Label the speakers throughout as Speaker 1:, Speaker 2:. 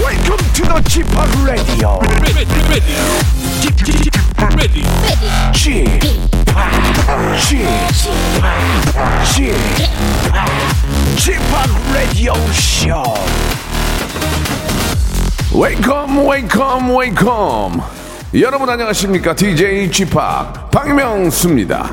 Speaker 1: Welcome to the Chip Radio.
Speaker 2: ready, ready, ready, ready.
Speaker 1: Chip, Chip, Chip, Radio Show. Welcome, welcome, welcome. 여러분 안녕하십니까? DJ G 팍 박명수입니다.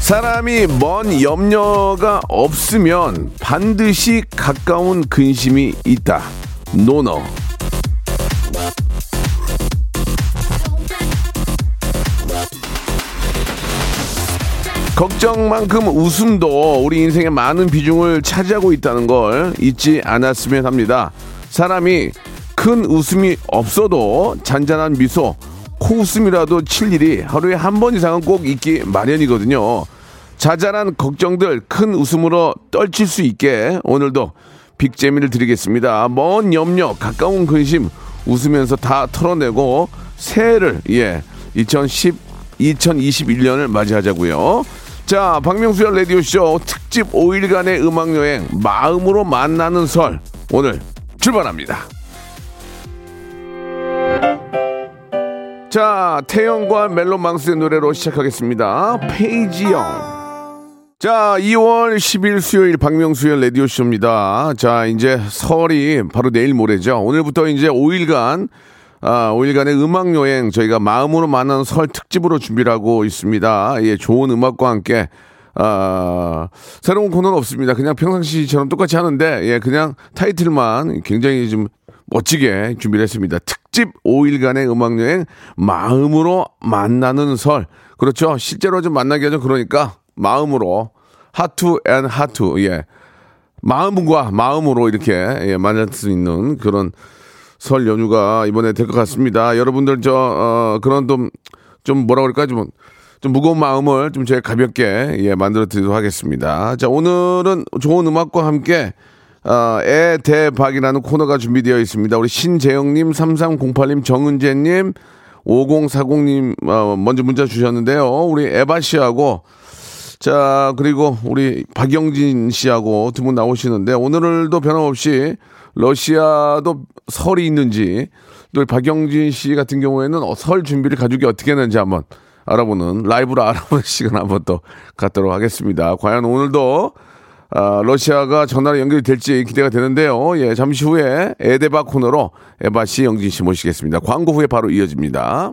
Speaker 1: 사람이 먼 염려가 없으면 반드시 가까운 근심이 있다. 노너. 걱정만큼 웃음도 우리 인생의 많은 비중을 차지하고 있다는 걸 잊지 않았으면 합니다. 사람이 큰 웃음이 없어도 잔잔한 미소, 코웃음이라도 칠 일이 하루에 한 번 이상은 꼭 있기 마련이거든요. 자잘한 걱정들 큰 웃음으로 떨칠 수 있게 오늘도 빅재미를 드리겠습니다. 먼 염려, 가까운 근심 웃으면서 다 털어내고 새해를 예 2010 2021년을 맞이하자고요. 자, 박명수의 라디오쇼 특집 5일간의 음악여행 마음으로 만나는 설 오늘 출발합니다. 자, 태연과 멜로망스의 노래로 시작하겠습니다. 페이지영. 자, 2월 10일 수요일 박명수의 라디오쇼입니다. 자, 이제 설이 바로 내일 모레죠. 오늘부터 이제 5일간, 아, 5일간의 음악여행 저희가 마음으로 만난 설 특집으로 준비를 하고 있습니다. 예, 좋은 음악과 함께, 아, 새로운 코너는 없습니다. 그냥 평상시처럼 똑같이 하는데, 예, 그냥 타이틀만 굉장히 좀 멋지게 준비를 했습니다. 특집 5일간의 음악여행 마음으로 만나는 설. 그렇죠. 실제로 좀 만나게 하죠. 그러니까 마음으로 하투 앤 하투 예 마음과 마음으로 이렇게 예, 만날 수 있는 그런 설 연휴가 이번에 될 것 같습니다. 여러분들 저 어, 그런 좀 좀 뭐라 그럴까 좀, 좀 무거운 마음을 좀 제가 가볍게 예, 만들어 드리도록 하겠습니다. 자 오늘은 좋은 음악과 함께 어, 애대박이라는 코너가 준비되어 있습니다. 우리 신재영님, 3308님, 정은재님, 5040님 어, 먼저 문자 주셨는데요. 우리 에바 씨하고 자, 그리고 우리 박영진 씨하고 두 분 나오시는데 오늘도 변함없이 러시아도 설이 있는지 또 박영진 씨 같은 경우에는 어, 설 준비를 가족이 어떻게 했는지 한번 알아보는 라이브로 알아보는 시간 한번 또 갖도록 하겠습니다. 과연 오늘도 아, 러시아가 전화로 연결이 될지 기대가 되는데요. 예, 잠시 후에 에데바 코너로 에바 씨, 영진 씨 모시겠습니다. 광고 후에 바로 이어집니다.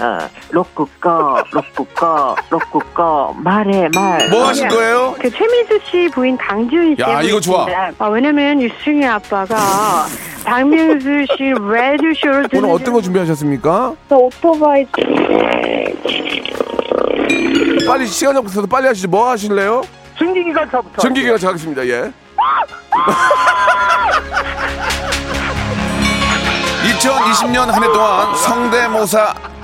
Speaker 3: 어, 로꾸꺼 로꾸꺼 로꾸꺼 말해 말.
Speaker 1: 뭐 하실 거예요?
Speaker 4: 그 최민수 씨 부인 강지훈 씨.
Speaker 1: 야, 이거 좋아.
Speaker 4: 아, 왜냐면 유승희 아빠가 박명수 씨 레드쇼를
Speaker 5: 네.
Speaker 1: 오늘 어떤 거 준비하셨습니까?
Speaker 4: 오토바이
Speaker 1: 빨리 시간 없어서 빨리 하시죠. 뭐 하실래요? 전기기관차부터. 전기기관차 하겠습니다. 예. 2020년 한 해 동안 성대모사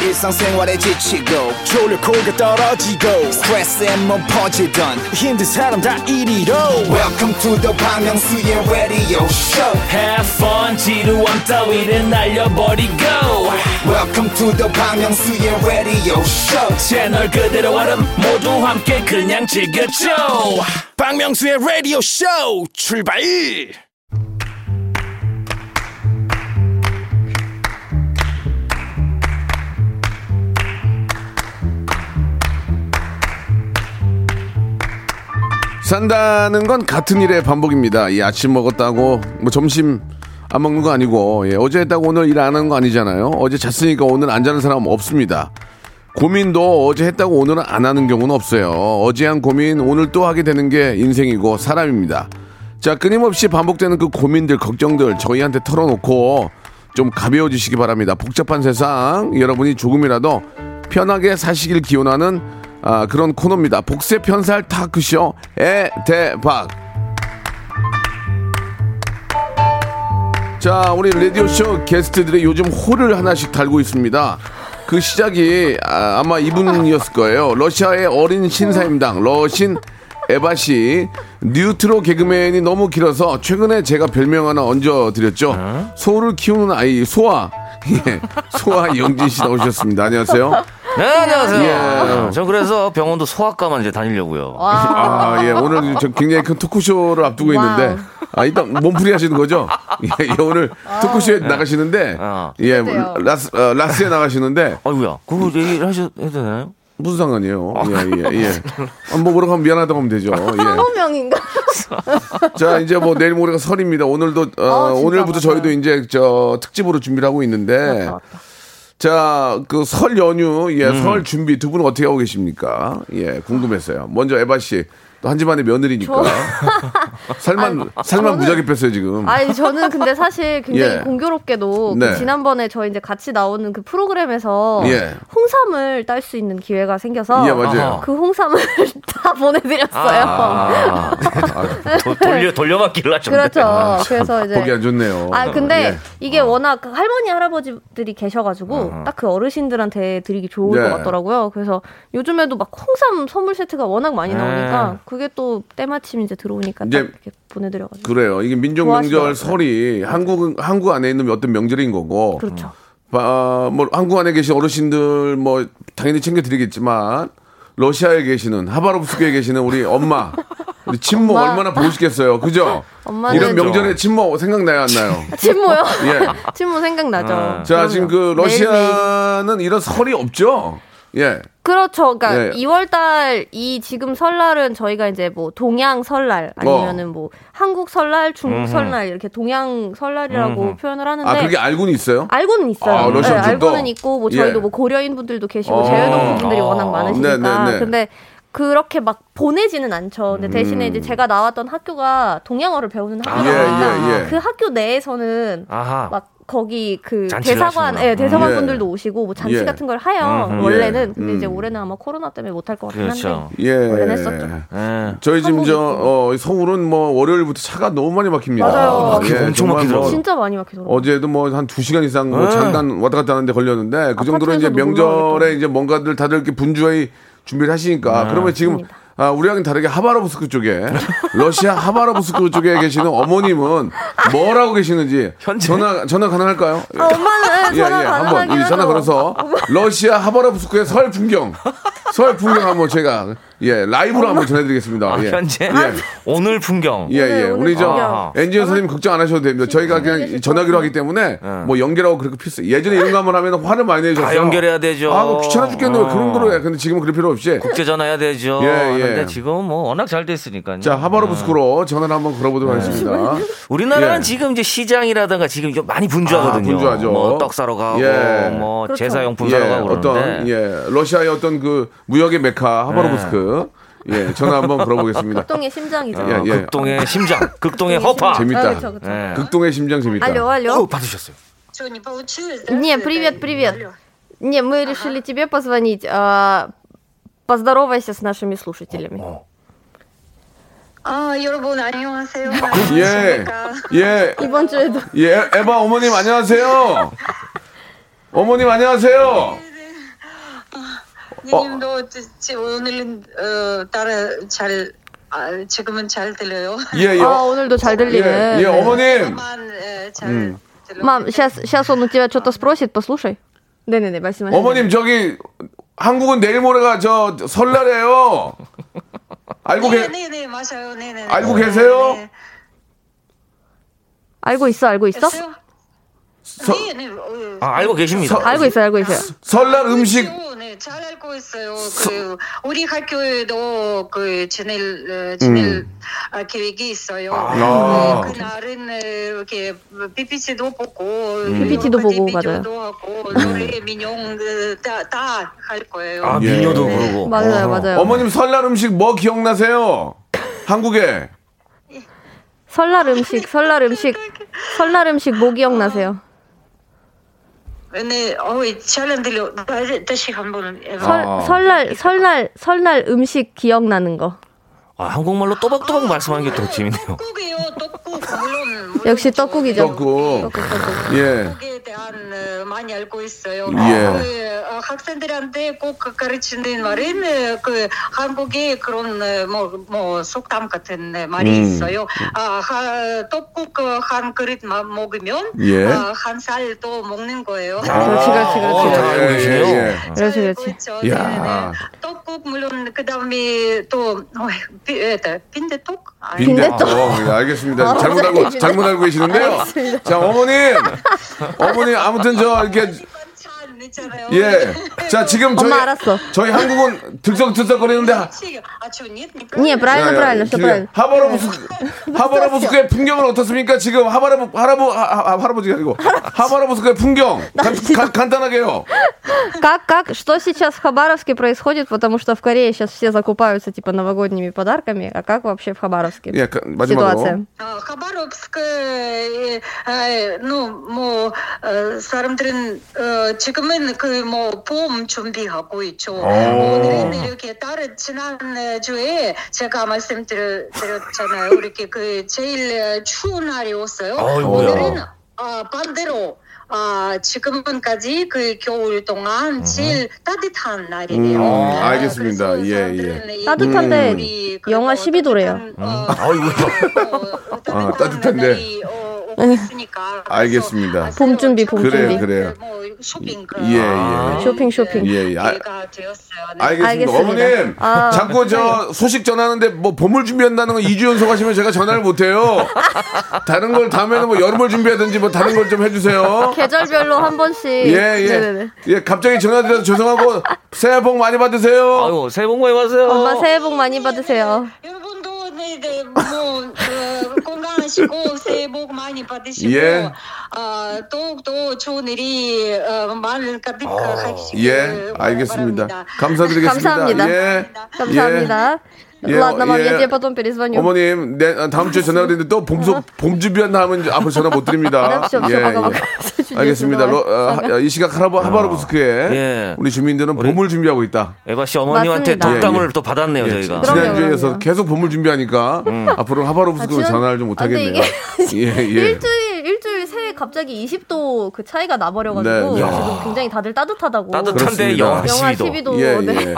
Speaker 6: 일상생활에 지치고, 졸려 코가 떨어지고, 스트레스에 몸 퍼지던, 힘든 사람 다 이리로. welcome to the Bang Myung-soo's radio show
Speaker 7: Have fun 지루함 따위를 날려버리고
Speaker 6: welcome to the Bang Myung-soo's radio show
Speaker 7: 채널 그대로 와름 모두 함께 그냥 즐겨줘
Speaker 6: 박명수의 radio show 출발
Speaker 1: 산다는 건 같은 일의 반복입니다. 이 아침 먹었다고 뭐 점심 안 먹는 거 아니고 예, 어제 했다고 오늘 일 안 하는 거 아니잖아요. 어제 잤으니까 오늘 안 자는 사람 은 없습니다. 고민도 어제 했다고 오늘은 안 하는 경우는 없어요. 어제 한 고민 오늘 또 하게 되는 게 인생이고 사람입니다. 자 끊임없이 반복되는 그 고민들 걱정들 저희한테 털어놓고 좀 가벼워지시기 바랍니다. 복잡한 세상 여러분이 조금이라도 편하게 사시길 기원하는 아, 그런 코너입니다. 복세 편살 타크쇼 에 대박. 자, 우리 라디오쇼 게스트들의 요즘 호를 하나씩 달고 있습니다. 그 시작이 아, 마 이분이었을 거예요. 러시아의 어린 신사임당, 러신 에바씨. 뉴트로 개그맨이 너무 길어서 최근에 제가 별명 하나 얹어드렸죠. 소를 키우는 아이, 소아. 예, 소아 영진 씨 나오셨습니다. 안녕하세요.
Speaker 8: 네, 안녕하세요. 아,
Speaker 1: 예.
Speaker 8: 전 그래서 병원도 소아과만 이제 다니려고요.
Speaker 1: 아, 예. 오늘 저 굉장히 큰 토크쇼를 앞두고 있는데. 아, 일단 몸풀이 하시는 거죠? 예, 예, 오늘 토크쇼에 나가시는데.
Speaker 8: 아.
Speaker 1: 예, 라스, 어, 라스에 나가시는데.
Speaker 8: 아이고야, 그거 얘기를 하셔도 되나요?
Speaker 1: 무슨 상관이에요? 예, 예, 예. 아, 뭐 뭐라고 하면 미안하다고 하면 되죠. 예.
Speaker 9: 명인가?
Speaker 1: 자, 이제 뭐 내일 모레가 설입니다. 오늘도, 어,
Speaker 9: 아, 진짜
Speaker 1: 오늘부터
Speaker 9: 맞아요.
Speaker 1: 저희도 이제 저 특집으로 준비를 하고 있는데. 자, 그 설 연휴, 예, 설 준비 두 분은 어떻게 하고 계십니까? 예, 궁금했어요. 먼저 에바 씨. 또 한 집안의 며느리니까. 살만, 살만
Speaker 9: 뭐, 저는-
Speaker 1: 무지하게 뺐어요, 지금.
Speaker 9: 아니 저는 근데 사실 굉장히
Speaker 1: 예.
Speaker 9: 공교롭게도 그
Speaker 1: 네.
Speaker 9: 지난번에 저희 이제 같이 나오는 그 프로그램에서
Speaker 1: 예.
Speaker 9: 홍삼을 딸 수 있는 기회가 생겨서
Speaker 1: 예, 맞아요.
Speaker 8: 아하.
Speaker 9: 그 홍삼을 다 보내드렸어요.
Speaker 8: 아,
Speaker 1: 그,
Speaker 8: 도- 돌려, 돌려받기를 하셨네.
Speaker 9: 그렇죠.
Speaker 1: 아,
Speaker 9: 그래서 이제
Speaker 1: 보기 안 좋네요.
Speaker 9: 아 근데
Speaker 1: 예.
Speaker 9: 이게 워낙 그 할머니 할아버지들이 계셔가지고 딱 그 어르신들한테 드리기 좋을
Speaker 1: 네.
Speaker 9: 것 같더라고요. 그래서 요즘에도 막 홍삼 선물 세트가 워낙 많이
Speaker 8: 네.
Speaker 9: 나오니까 그게 또 때마침 이제 들어오니까
Speaker 1: 이제
Speaker 9: 딱 이렇게 보내드려가지고
Speaker 1: 그래요. 이게 민족 명절
Speaker 9: 좋아하시더라고요.
Speaker 1: 설이 한국 한국 안에 있는 어떤 명절인 거고.
Speaker 9: 그렇죠.
Speaker 1: 아, 뭐 한국 안에 계신 어르신들 뭐 당연히 챙겨 드리겠지만 러시아에 계시는 하바롭스크에 계시는 우리 엄마 우리 친모
Speaker 9: 엄마.
Speaker 1: 얼마나 보고 싶겠어요. 그죠?
Speaker 9: 엄마는 그렇죠.
Speaker 1: 이런 명절에 친모 생각나요, 안 나요?
Speaker 9: 친모요?
Speaker 1: 예.
Speaker 9: 친모 아, 생각나죠.
Speaker 8: 아.
Speaker 1: 자,
Speaker 9: 그럼요.
Speaker 1: 지금 그
Speaker 9: 매일매일.
Speaker 1: 러시아는 이런 설이 없죠? 예.
Speaker 9: 그렇죠.
Speaker 1: 네.
Speaker 9: 그러니까 2월 달 이 지금 설날은 저희가 이제 뭐 동양 설날 아니면은 뭐 한국 설날, 중국 설날 이렇게 동양 설날이라고 표현을 하는데
Speaker 1: 아, 그게 알고는 있어요?
Speaker 9: 알고는 있어요. 예,
Speaker 1: 아, 러시아 쪽도?
Speaker 9: 알고는 있고 뭐 저희도
Speaker 1: 예.
Speaker 9: 뭐 고려인 분들도 계시고
Speaker 1: 어.
Speaker 9: 제외동 분들이
Speaker 8: 아.
Speaker 9: 워낙 많으시니까.
Speaker 1: 네네네.
Speaker 9: 근데 그렇게 막 보내지는 않죠. 근데 대신에 이제 제가 나왔던 학교가 동양어를 배우는 학교니까
Speaker 1: 음. 예, 예, 예.
Speaker 9: 그 학교 내에서는
Speaker 8: 아하.
Speaker 9: 막 거기 그
Speaker 8: 잔치를
Speaker 9: 대사관,
Speaker 8: 하시구나.
Speaker 9: 예, 대사관
Speaker 1: 예.
Speaker 9: 분들도 오시고 뭐 잔치
Speaker 1: 예.
Speaker 9: 같은 걸 하요.
Speaker 8: 음,
Speaker 9: 원래는
Speaker 1: 예.
Speaker 9: 근데 이제
Speaker 1: 음.
Speaker 9: 올해는 아마 코로나 때문에 못 할 것 같긴 한데.
Speaker 8: 그렇죠.
Speaker 1: 예.
Speaker 9: 원래는 했었죠.
Speaker 8: 예.
Speaker 1: 저희 지금
Speaker 9: 한국이
Speaker 1: 저 어, 서울은 뭐 월요일부터 차가 너무 많이 막힙니다.
Speaker 9: 맞아요.
Speaker 1: 예,
Speaker 8: 엄청
Speaker 1: 정말
Speaker 8: 막히더라고요.
Speaker 1: 뭐
Speaker 9: 진짜 많이 막히더라고요.
Speaker 1: 어제도 뭐 한 두 시간 이상 뭐
Speaker 8: 네.
Speaker 1: 잠깐 왔다 갔다 하는데 걸렸는데 그 정도로 이제
Speaker 9: 아파트에서도 놀라워요,
Speaker 1: 명절에
Speaker 9: 또.
Speaker 1: 이제 뭔가들 다들 이렇게 분주히 준비를 하시니까 그러면 지금
Speaker 9: 네. 맞습니다.
Speaker 1: 아, 우리랑은 다르게 하바로브스크 쪽에 러시아 하바로브스크 쪽에 계시는 어머님은 뭐라고 계시는지
Speaker 8: 현재?
Speaker 1: 전화 전화 가능할까요?
Speaker 9: 아, 엄마는
Speaker 1: 예, 예,
Speaker 9: 전화
Speaker 1: 한번
Speaker 9: 가능하긴
Speaker 1: 이
Speaker 9: 하죠.
Speaker 1: 전화 걸어서 러시아 하바로브스크의 설 풍경, 설 풍경 한번 제가 예 라이브로 한번 전해드리겠습니다.
Speaker 8: 아,
Speaker 1: 예.
Speaker 8: 현재
Speaker 1: 예.
Speaker 9: 네.
Speaker 8: 오늘 풍경.
Speaker 1: 예, 예.
Speaker 9: 오늘
Speaker 1: 우리 저
Speaker 8: 진짜.
Speaker 1: 엔지오 선생님 걱정 안 하셔도 됩니다. 저희가 그냥
Speaker 9: 계실
Speaker 1: 전화기로 하기 때문에 뭐 연결하고 그렇게 필수. 예전에 이런 거 한번 하면 화를 많이 내셨어요.
Speaker 8: 네. 다 연결해야 되죠.
Speaker 1: 아, 뭐 귀찮아 죽겠네. 왜 그런
Speaker 8: 어.
Speaker 1: 거로 해. 근데 지금은 그럴 필요 없이.
Speaker 8: 국제 전화해야 되죠.
Speaker 1: 예, 예.
Speaker 8: 하는데 지금 뭐 워낙 잘 됐으니까요.
Speaker 1: 자, 하바로브스크로 전화를 한번 걸어보도록
Speaker 8: 네.
Speaker 1: 하겠습니다.
Speaker 8: 우리나라는
Speaker 1: 예.
Speaker 8: 지금 이제 시장이라든가 지금 이거 많이
Speaker 1: 아,
Speaker 8: 분주하거든요.
Speaker 1: 분주하죠.
Speaker 8: 뭐떡 사러 가고
Speaker 1: 예.
Speaker 8: 뭐
Speaker 9: 그렇죠.
Speaker 8: 제사용품
Speaker 1: 예,
Speaker 8: 사러 가고
Speaker 1: 어떤,
Speaker 8: 그러는데
Speaker 1: 예, 러시아의 어떤 그 무역의 메카
Speaker 8: 네.
Speaker 1: 하바로브스크. 예, 전화 한번 걸어보겠습니다.
Speaker 9: 극동의 심장이죠.
Speaker 1: 예,
Speaker 8: 어,
Speaker 1: 예.
Speaker 8: 극동의 심장, 극동의 허파.
Speaker 1: 심장. 재밌다.
Speaker 9: 아, 그렇죠, 그렇죠.
Speaker 8: 예.
Speaker 1: 극동의 심장 재밌다.
Speaker 9: 알려, 알려.
Speaker 8: 어, 받으셨어요.
Speaker 5: 뭐 아, 네,
Speaker 9: Не, привет, привет. Не, мы решили тебе позвонить. а, Поздоровайся с нашими
Speaker 1: 어,
Speaker 9: слушателями.
Speaker 5: 아, 여러분 안녕하세요.
Speaker 1: 예. 예.
Speaker 9: 이번 주에도
Speaker 1: 예, 에바 어머님 안녕하세요. 어머님 안녕하세요.
Speaker 5: 님도 오늘은 어, 따라 잘 아, 지금은 잘 들려요.
Speaker 1: 예, 예.
Speaker 9: 아, 오늘도 잘 들리네.
Speaker 1: 예, 예, 어머님.
Speaker 5: 만 에, 잘
Speaker 1: 음.
Speaker 5: 들려.
Speaker 9: Мам, сейчас, сейчас он у тебя что-то спросит, послушай. 네네네, 말씀하세요.
Speaker 1: 어머님 저기 한국은 내일 모레가 저 설날이에요. 알고 계
Speaker 5: 네, 네, 맞아요. 네, 네.
Speaker 1: 알고 계세요?
Speaker 9: 알고 있어, 알고 있어?
Speaker 5: 있어요?
Speaker 1: 서-
Speaker 5: 네, 네. 어,
Speaker 8: 아, 알고 계십니다.
Speaker 1: 서-
Speaker 9: 알고 있어요, 알고 있어요.
Speaker 1: 설날 음식
Speaker 5: 그렇죠. 네, 잘 알고 있어요. 그 우리 학교에도 그 지낼 어, 지낼
Speaker 8: 음.
Speaker 5: 아, 계획이 있어요.
Speaker 1: 아.
Speaker 5: 네, 그날은 어, 이렇게 PPT도 보고
Speaker 9: PPT 도 보고, 맞아요.
Speaker 5: 도 하고 노래 민용 그, 다다할 거예요.
Speaker 8: 음. 아,
Speaker 1: 예.
Speaker 8: 미녀도 그러고.
Speaker 9: 맞아요, 맞아요.
Speaker 1: 어머님 설날 음식 뭐 기억나세요? 한국에
Speaker 9: 설날 음식, 설날 음식, 설날 음식 뭐 기억나세요?
Speaker 5: 네, 어이 잘안 들려. 다시- 다시 한번
Speaker 9: 설,
Speaker 5: 해봐.
Speaker 8: 아.
Speaker 9: 설날 설날 설날 음식 기억나는 거
Speaker 8: 아, 한국말로 또박또박 말씀하는 게 더 재밌네요.
Speaker 5: 아, 떡국이요, 떡국 물론
Speaker 9: 역시 떡국이죠.
Speaker 1: 떡국. 예.
Speaker 5: 떡국에 대한 어, 많이 알고 있어요.
Speaker 1: 예.
Speaker 5: 그, 어, 학생들한테 꼭그 가르치는 말은 어, 그 한국의 그런 어, 뭐, 뭐 속담 같은 어, 말이
Speaker 1: 음.
Speaker 5: 있어요. 아, 하, 떡국 어, 한 그릇 마- 먹으면
Speaker 1: 예.
Speaker 5: 아, 한살 또 먹는 거예요.
Speaker 1: 아,
Speaker 9: 그렇지, 그렇지, 그렇지.
Speaker 8: 어, 잘 알고
Speaker 1: 예, 예,
Speaker 8: 계시네요.
Speaker 1: 예.
Speaker 9: 그렇지 그렇지.
Speaker 5: 그렇죠.
Speaker 1: 야.
Speaker 5: 네네. 떡국 물론 그다음에 또 어, 비, 에, 다- 빈대떡 아니,
Speaker 1: 빈대떡. 예, 알겠습니다. 잘못 알고 잘못 알고 계시는데요. 자 어머님, 어머님 아무튼 저 이렇게
Speaker 5: 반찬 있잖아요.
Speaker 1: 예. 자 지금 저희
Speaker 9: 엄마 알았어.
Speaker 1: 저희 한국은 들썩들썩거리는데 하-
Speaker 5: 혹시- 아, 저 нет,
Speaker 9: 네,
Speaker 5: неправильно.
Speaker 9: 브라이너 브라이너 쇼 브라이너.
Speaker 1: 그 하바라부스 하바라부스크의 그 풍경은 어떻습니까? 지금 하바라부 할아버 하- 하- 할아버지가 아니고 하바라부스크의 풍경 간, 간, 간단하게요.
Speaker 9: Как, как, что сейчас в Хабаровске происходит? Потому что в Корее сейчас все закупаются типа новогодними подарками. А как вообще в Хабаровске
Speaker 1: 예, 가- 마지막으로.
Speaker 9: ситуация?
Speaker 5: 어, 하바롭스크 에, 에, 뭐뭐 어, 사람들은 어, 지금은 그 뭐 봄 준비하고 있죠. 오늘은 이렇게 다른 지난 주에 제가 말씀드렸잖아요. 이렇게 그 제일 어, 추운 날이었어요.
Speaker 8: 아이고야.
Speaker 5: 오늘은 아, 반대로 아, 지금까지 그 겨울 동안 제일 따뜻한 날이네요.
Speaker 1: 음,
Speaker 5: 아,
Speaker 1: 알겠습니다.
Speaker 5: 그래서
Speaker 1: 예, 예.
Speaker 5: 사람들은 이
Speaker 9: 따뜻한데
Speaker 5: 겨울이
Speaker 1: 음.
Speaker 9: 영하
Speaker 5: 네, 그리고
Speaker 9: 12 도래요.
Speaker 5: 따뜻한, 어,
Speaker 8: 아이고야.
Speaker 5: 어,
Speaker 1: 아, 따뜻한데.
Speaker 5: 따뜻한데. 어, 있으니까.
Speaker 1: 알겠습니다.
Speaker 9: 네. 봄 준비, 봄
Speaker 1: 그래요,
Speaker 9: 준비.
Speaker 1: 그래요.
Speaker 5: 뭐 쇼핑
Speaker 1: 예, 예.
Speaker 8: 아.
Speaker 9: 쇼핑, 쇼핑.
Speaker 1: 예, 예. 아-
Speaker 5: 가 되었어요. 네.
Speaker 1: 알겠습니다.
Speaker 9: 알겠습니다.
Speaker 1: 어머님,
Speaker 9: 아.
Speaker 1: 자꾸 저 소식 전하는데 뭐 봄을 준비한다는 건 2주 연속 하시면 제가 전화를 못해요. 다른 걸 다음에는 뭐 여름을 준비하든지 뭐 다른 걸 좀 해주세요.
Speaker 9: 계절별로 한 번씩.
Speaker 1: 예, 예.
Speaker 9: 네네네.
Speaker 1: 예, 갑자기 전화드려서 죄송하고 새해 복 많이 받으세요.
Speaker 8: 아유, 새해 복 많이 받으세요.
Speaker 9: 엄마 새해 복 많이
Speaker 1: 예.
Speaker 9: 받으세요.
Speaker 5: 네, 네. 여러분도 네, 네, 뭐 어, 건강하시고 새해 복 많이 받으시고
Speaker 1: 예.
Speaker 5: 아, 더욱더 좋은 일이 어, 많은
Speaker 1: 아,
Speaker 5: 가득하시길
Speaker 1: 예, 알겠습니다.
Speaker 5: 네, 바랍니다.
Speaker 1: 감사드리겠습니다.
Speaker 9: 감사합니다.
Speaker 1: 예.
Speaker 9: 감사합니다. 그
Speaker 1: 예,
Speaker 9: Ладно, мам,
Speaker 1: 예.
Speaker 9: я тебе потом перезвоню.
Speaker 1: 어머님, 내, 아, 다음 주에 전화 드리는데 또 봄소, 봄 준비한 다음은 이제 앞으로 전화 못
Speaker 9: 네,
Speaker 1: 드립니다. 예,
Speaker 9: 없이, 없이, 막아, 막아. 주제에서
Speaker 1: 알겠습니다. 로, 어,
Speaker 9: 나와요.
Speaker 1: 하- 이 시각 하라바, 하바르부스크에
Speaker 8: 아, 예.
Speaker 1: 우리 주민들은
Speaker 8: 우리-
Speaker 1: 봄을 준비하고 있다.
Speaker 8: 에바 씨 어머님한테
Speaker 9: 맞습니다.
Speaker 8: 덕담을
Speaker 1: 예, 예.
Speaker 8: 또 받았네요,
Speaker 1: 예,
Speaker 8: 저희가. 음.
Speaker 9: 그럼요,
Speaker 1: 지난주에서
Speaker 9: 그럼요.
Speaker 1: 계속 봄을 준비하니까 앞으로 하바로부스는
Speaker 9: 아, 지난-
Speaker 1: 전화를 좀
Speaker 9: 아, 근데
Speaker 1: 못하겠네요. 예, 예.
Speaker 9: 일주일 일주일 새해 갑자기 20도 그 차이가 나버려가지고
Speaker 1: 네, 네.
Speaker 9: 지금 굉장히 다들 따뜻하다고.
Speaker 8: 따뜻한데 아,
Speaker 1: 그렇습니다.
Speaker 8: 영하
Speaker 9: 영하
Speaker 8: 12도.
Speaker 9: 12도.
Speaker 1: 예,
Speaker 9: 네.
Speaker 1: 예.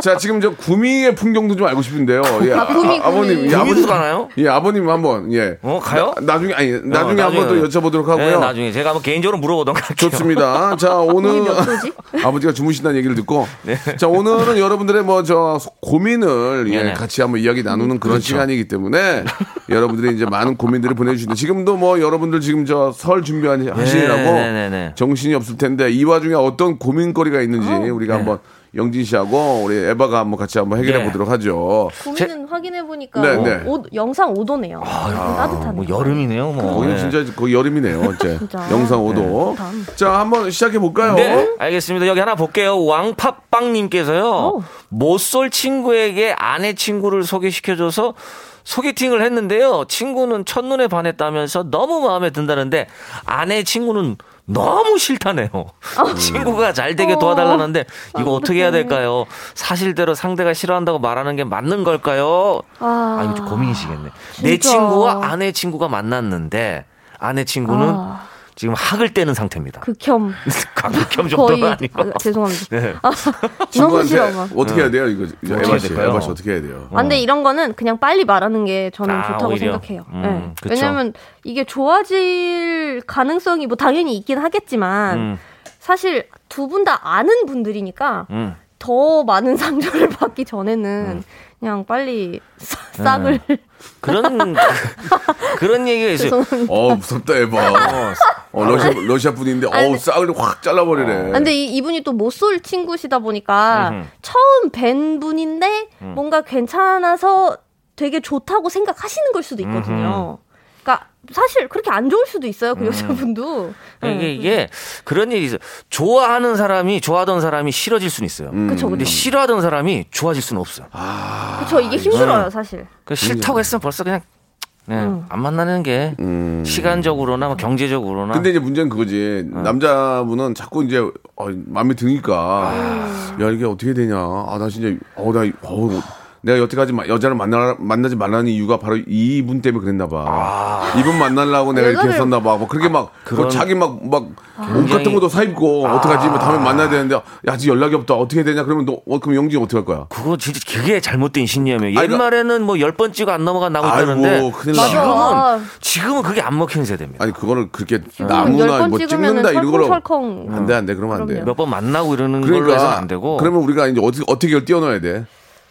Speaker 1: 자, 지금 저 구미의 풍경도 좀 알고 싶은데요. 예,
Speaker 9: 아, 구미,
Speaker 1: 버님
Speaker 9: 구미.
Speaker 1: 예, 아버님,
Speaker 8: 구미도 가나요?
Speaker 1: 예, 아버님 한번, 예.
Speaker 8: 어, 가요?
Speaker 1: 나, 중에 아니, 나중에
Speaker 8: 어,
Speaker 1: 한번 또 여쭤보도록 하고요.
Speaker 8: 예, 나중에 제가 한번 개인적으로 물어보던가 할게요.
Speaker 1: 좋습니다. 자, 아, 오늘
Speaker 9: 몇 도지?
Speaker 1: 아버지가 주무신다는 얘기를 듣고
Speaker 8: 네.
Speaker 1: 자, 오늘은 여러분들의 뭐 저 고민을 예,
Speaker 8: 네네. 그렇죠.
Speaker 1: 같이 한번 이야기 나누는 그런 시간이기 때문에 여러분들이 이제 많은 고민들을 보내 주시는데 지금도 뭐 여러분들 지금 저 설 준비하시느라고
Speaker 8: 네네네.
Speaker 1: 정신이 없을 텐데 이 와중에 어떤 고민거리가 있는지 우리가 한번 영진 씨하고 우리 에바가 한번 같이 한번 해결해
Speaker 8: 네.
Speaker 1: 보도록 하죠.
Speaker 9: 고민은 확인해 보니까
Speaker 1: 네, 네.
Speaker 9: 영상 5도네요. 따뜻하네.
Speaker 8: 뭐 여름이네요, 뭐.
Speaker 1: 거기는
Speaker 8: 예.
Speaker 1: 진짜 거의 여름이네요. 이제
Speaker 9: 진짜.
Speaker 1: 영상 5도. 자, 한번 시작해 볼까요?
Speaker 8: 네, 알겠습니다. 여기 하나 볼게요. 왕팥빵님께서요. 못 쏠 친구에게 아내 친구를 소개시켜줘서 소개팅을 했는데요. 친구는 첫눈에 반했다면서 너무 마음에 든다는데 아내 친구는 너무 싫다네요. 친구가 잘 되게 도와달라는데 이거 어떻게 해야 될까요? 사실대로 상대가 싫어한다고 말하는 게 맞는 걸까요?
Speaker 9: 아.
Speaker 8: 아, 이거 좀 고민이시겠네. 내
Speaker 9: 진짜.
Speaker 8: 친구와 아내 친구가 만났는데 아내 친구는
Speaker 9: 아.
Speaker 8: 지금 학을 떼는 상태입니다.
Speaker 9: 극혐.
Speaker 8: 강백현
Speaker 9: 그
Speaker 8: 그
Speaker 9: 거의
Speaker 8: 정도는 아니고.
Speaker 9: 아, 죄송합니다.
Speaker 8: 네.
Speaker 9: 아, 너무 싫어. 막.
Speaker 1: 어떻게 해야 돼요? 이거
Speaker 8: 해야
Speaker 1: 에바 씨,
Speaker 8: 될까요?
Speaker 1: 에바 씨 어떻게 해야 돼요?
Speaker 9: 아, 근데 이런 거는 그냥 빨리 말하는 게 저는
Speaker 8: 아,
Speaker 9: 좋다고
Speaker 8: 오히려.
Speaker 9: 생각해요.
Speaker 8: 음,
Speaker 9: 네.
Speaker 8: 그쵸.
Speaker 9: 왜냐면 이게 좋아질 가능성이 뭐 당연히 있긴 하겠지만
Speaker 8: 음.
Speaker 9: 사실 두 분 다 아는 분들이니까
Speaker 8: 음.
Speaker 9: 더 많은 상처를 받기 전에는
Speaker 1: 음.
Speaker 9: 그냥 빨리 싸-
Speaker 1: 네.
Speaker 9: 싹을
Speaker 8: 그런 그런 얘기가 있어요.
Speaker 9: 죄송합니다.
Speaker 1: 어 무섭다 에바. 어 러시아 러시아 분인데 어우
Speaker 9: 근데-
Speaker 1: 싹을 확 잘라버리네.
Speaker 9: 아, 근데 이, 이분이 또 못 쏠 친구시다 보니까
Speaker 8: 음흠.
Speaker 9: 처음 뵌 분인데
Speaker 1: 음.
Speaker 9: 뭔가 괜찮아서 되게 좋다고 생각하시는 걸 수도 있거든요. 그러니까 사실 그렇게 안 좋을 수도 있어요 그
Speaker 1: 음.
Speaker 9: 여자분도. 네.
Speaker 8: 이게 이게 그런 일이 있어요. 좋아하는 사람이 좋아하던 사람이 싫어질 수는 있어요.
Speaker 9: 음. 그쵸
Speaker 8: 근데
Speaker 9: 그쵸.
Speaker 8: 싫어하던 사람이 좋아질 수는 없어요.
Speaker 9: 그쵸 이게 힘들어요 사실.
Speaker 8: 그 싫다고 했으면 벌써 그냥 네,
Speaker 9: 음.
Speaker 8: 안 만나는 게 시간적으로나 뭐 경제적으로나
Speaker 1: 음. 근데 이제 문제는 그거지. 남자분은 자꾸 이제 어, 마음에 드니까 야 이게 어떻게 되냐. 아 나 진짜 어나 어, 내가 여태까지 마- 여자를 만나 만나지 말라는 이유가 바로 이분 때문에 그랬나 봐. 이분 만나려고 내가 이렇게
Speaker 9: 내가
Speaker 1: 했었나 봐. 뭐 그렇게 막 그걸 자기 막 막 옷 같은
Speaker 8: 굉장히-
Speaker 1: 것도 사 입고 어떡하지? 뭐 다음에 만나야 되는데 야 아직 연락이 없다. 어떻게 되냐? 그러면 너 어, 그럼 영진 어떻게 할 거야?
Speaker 8: 그거 진짜 그게 잘못된 신념이에요.
Speaker 1: 아니, 그러니까-
Speaker 8: 옛말에는 뭐 열 번 찍어 안 넘어간 나무
Speaker 1: 아이고,
Speaker 8: 있다는데
Speaker 1: 큰일 나.
Speaker 9: 맞아.
Speaker 8: 지금은 지금은 그게 안 먹히는 세대입니다.
Speaker 1: 아니 그거를 그렇게
Speaker 9: 열
Speaker 1: 나무나
Speaker 9: 번
Speaker 1: 뭐
Speaker 9: 찍으면은
Speaker 1: 찍는다 이런 거로
Speaker 9: 철컹철컹.
Speaker 1: 안돼 안돼 그러면 안돼.
Speaker 9: 그럼요.
Speaker 8: 몇 번 만나고 이러는 걸로 해서
Speaker 1: 그러니까
Speaker 8: 안 되고
Speaker 1: 그러면 우리가 이제 어떻게 어떻게 이걸 뛰어넣어야 돼?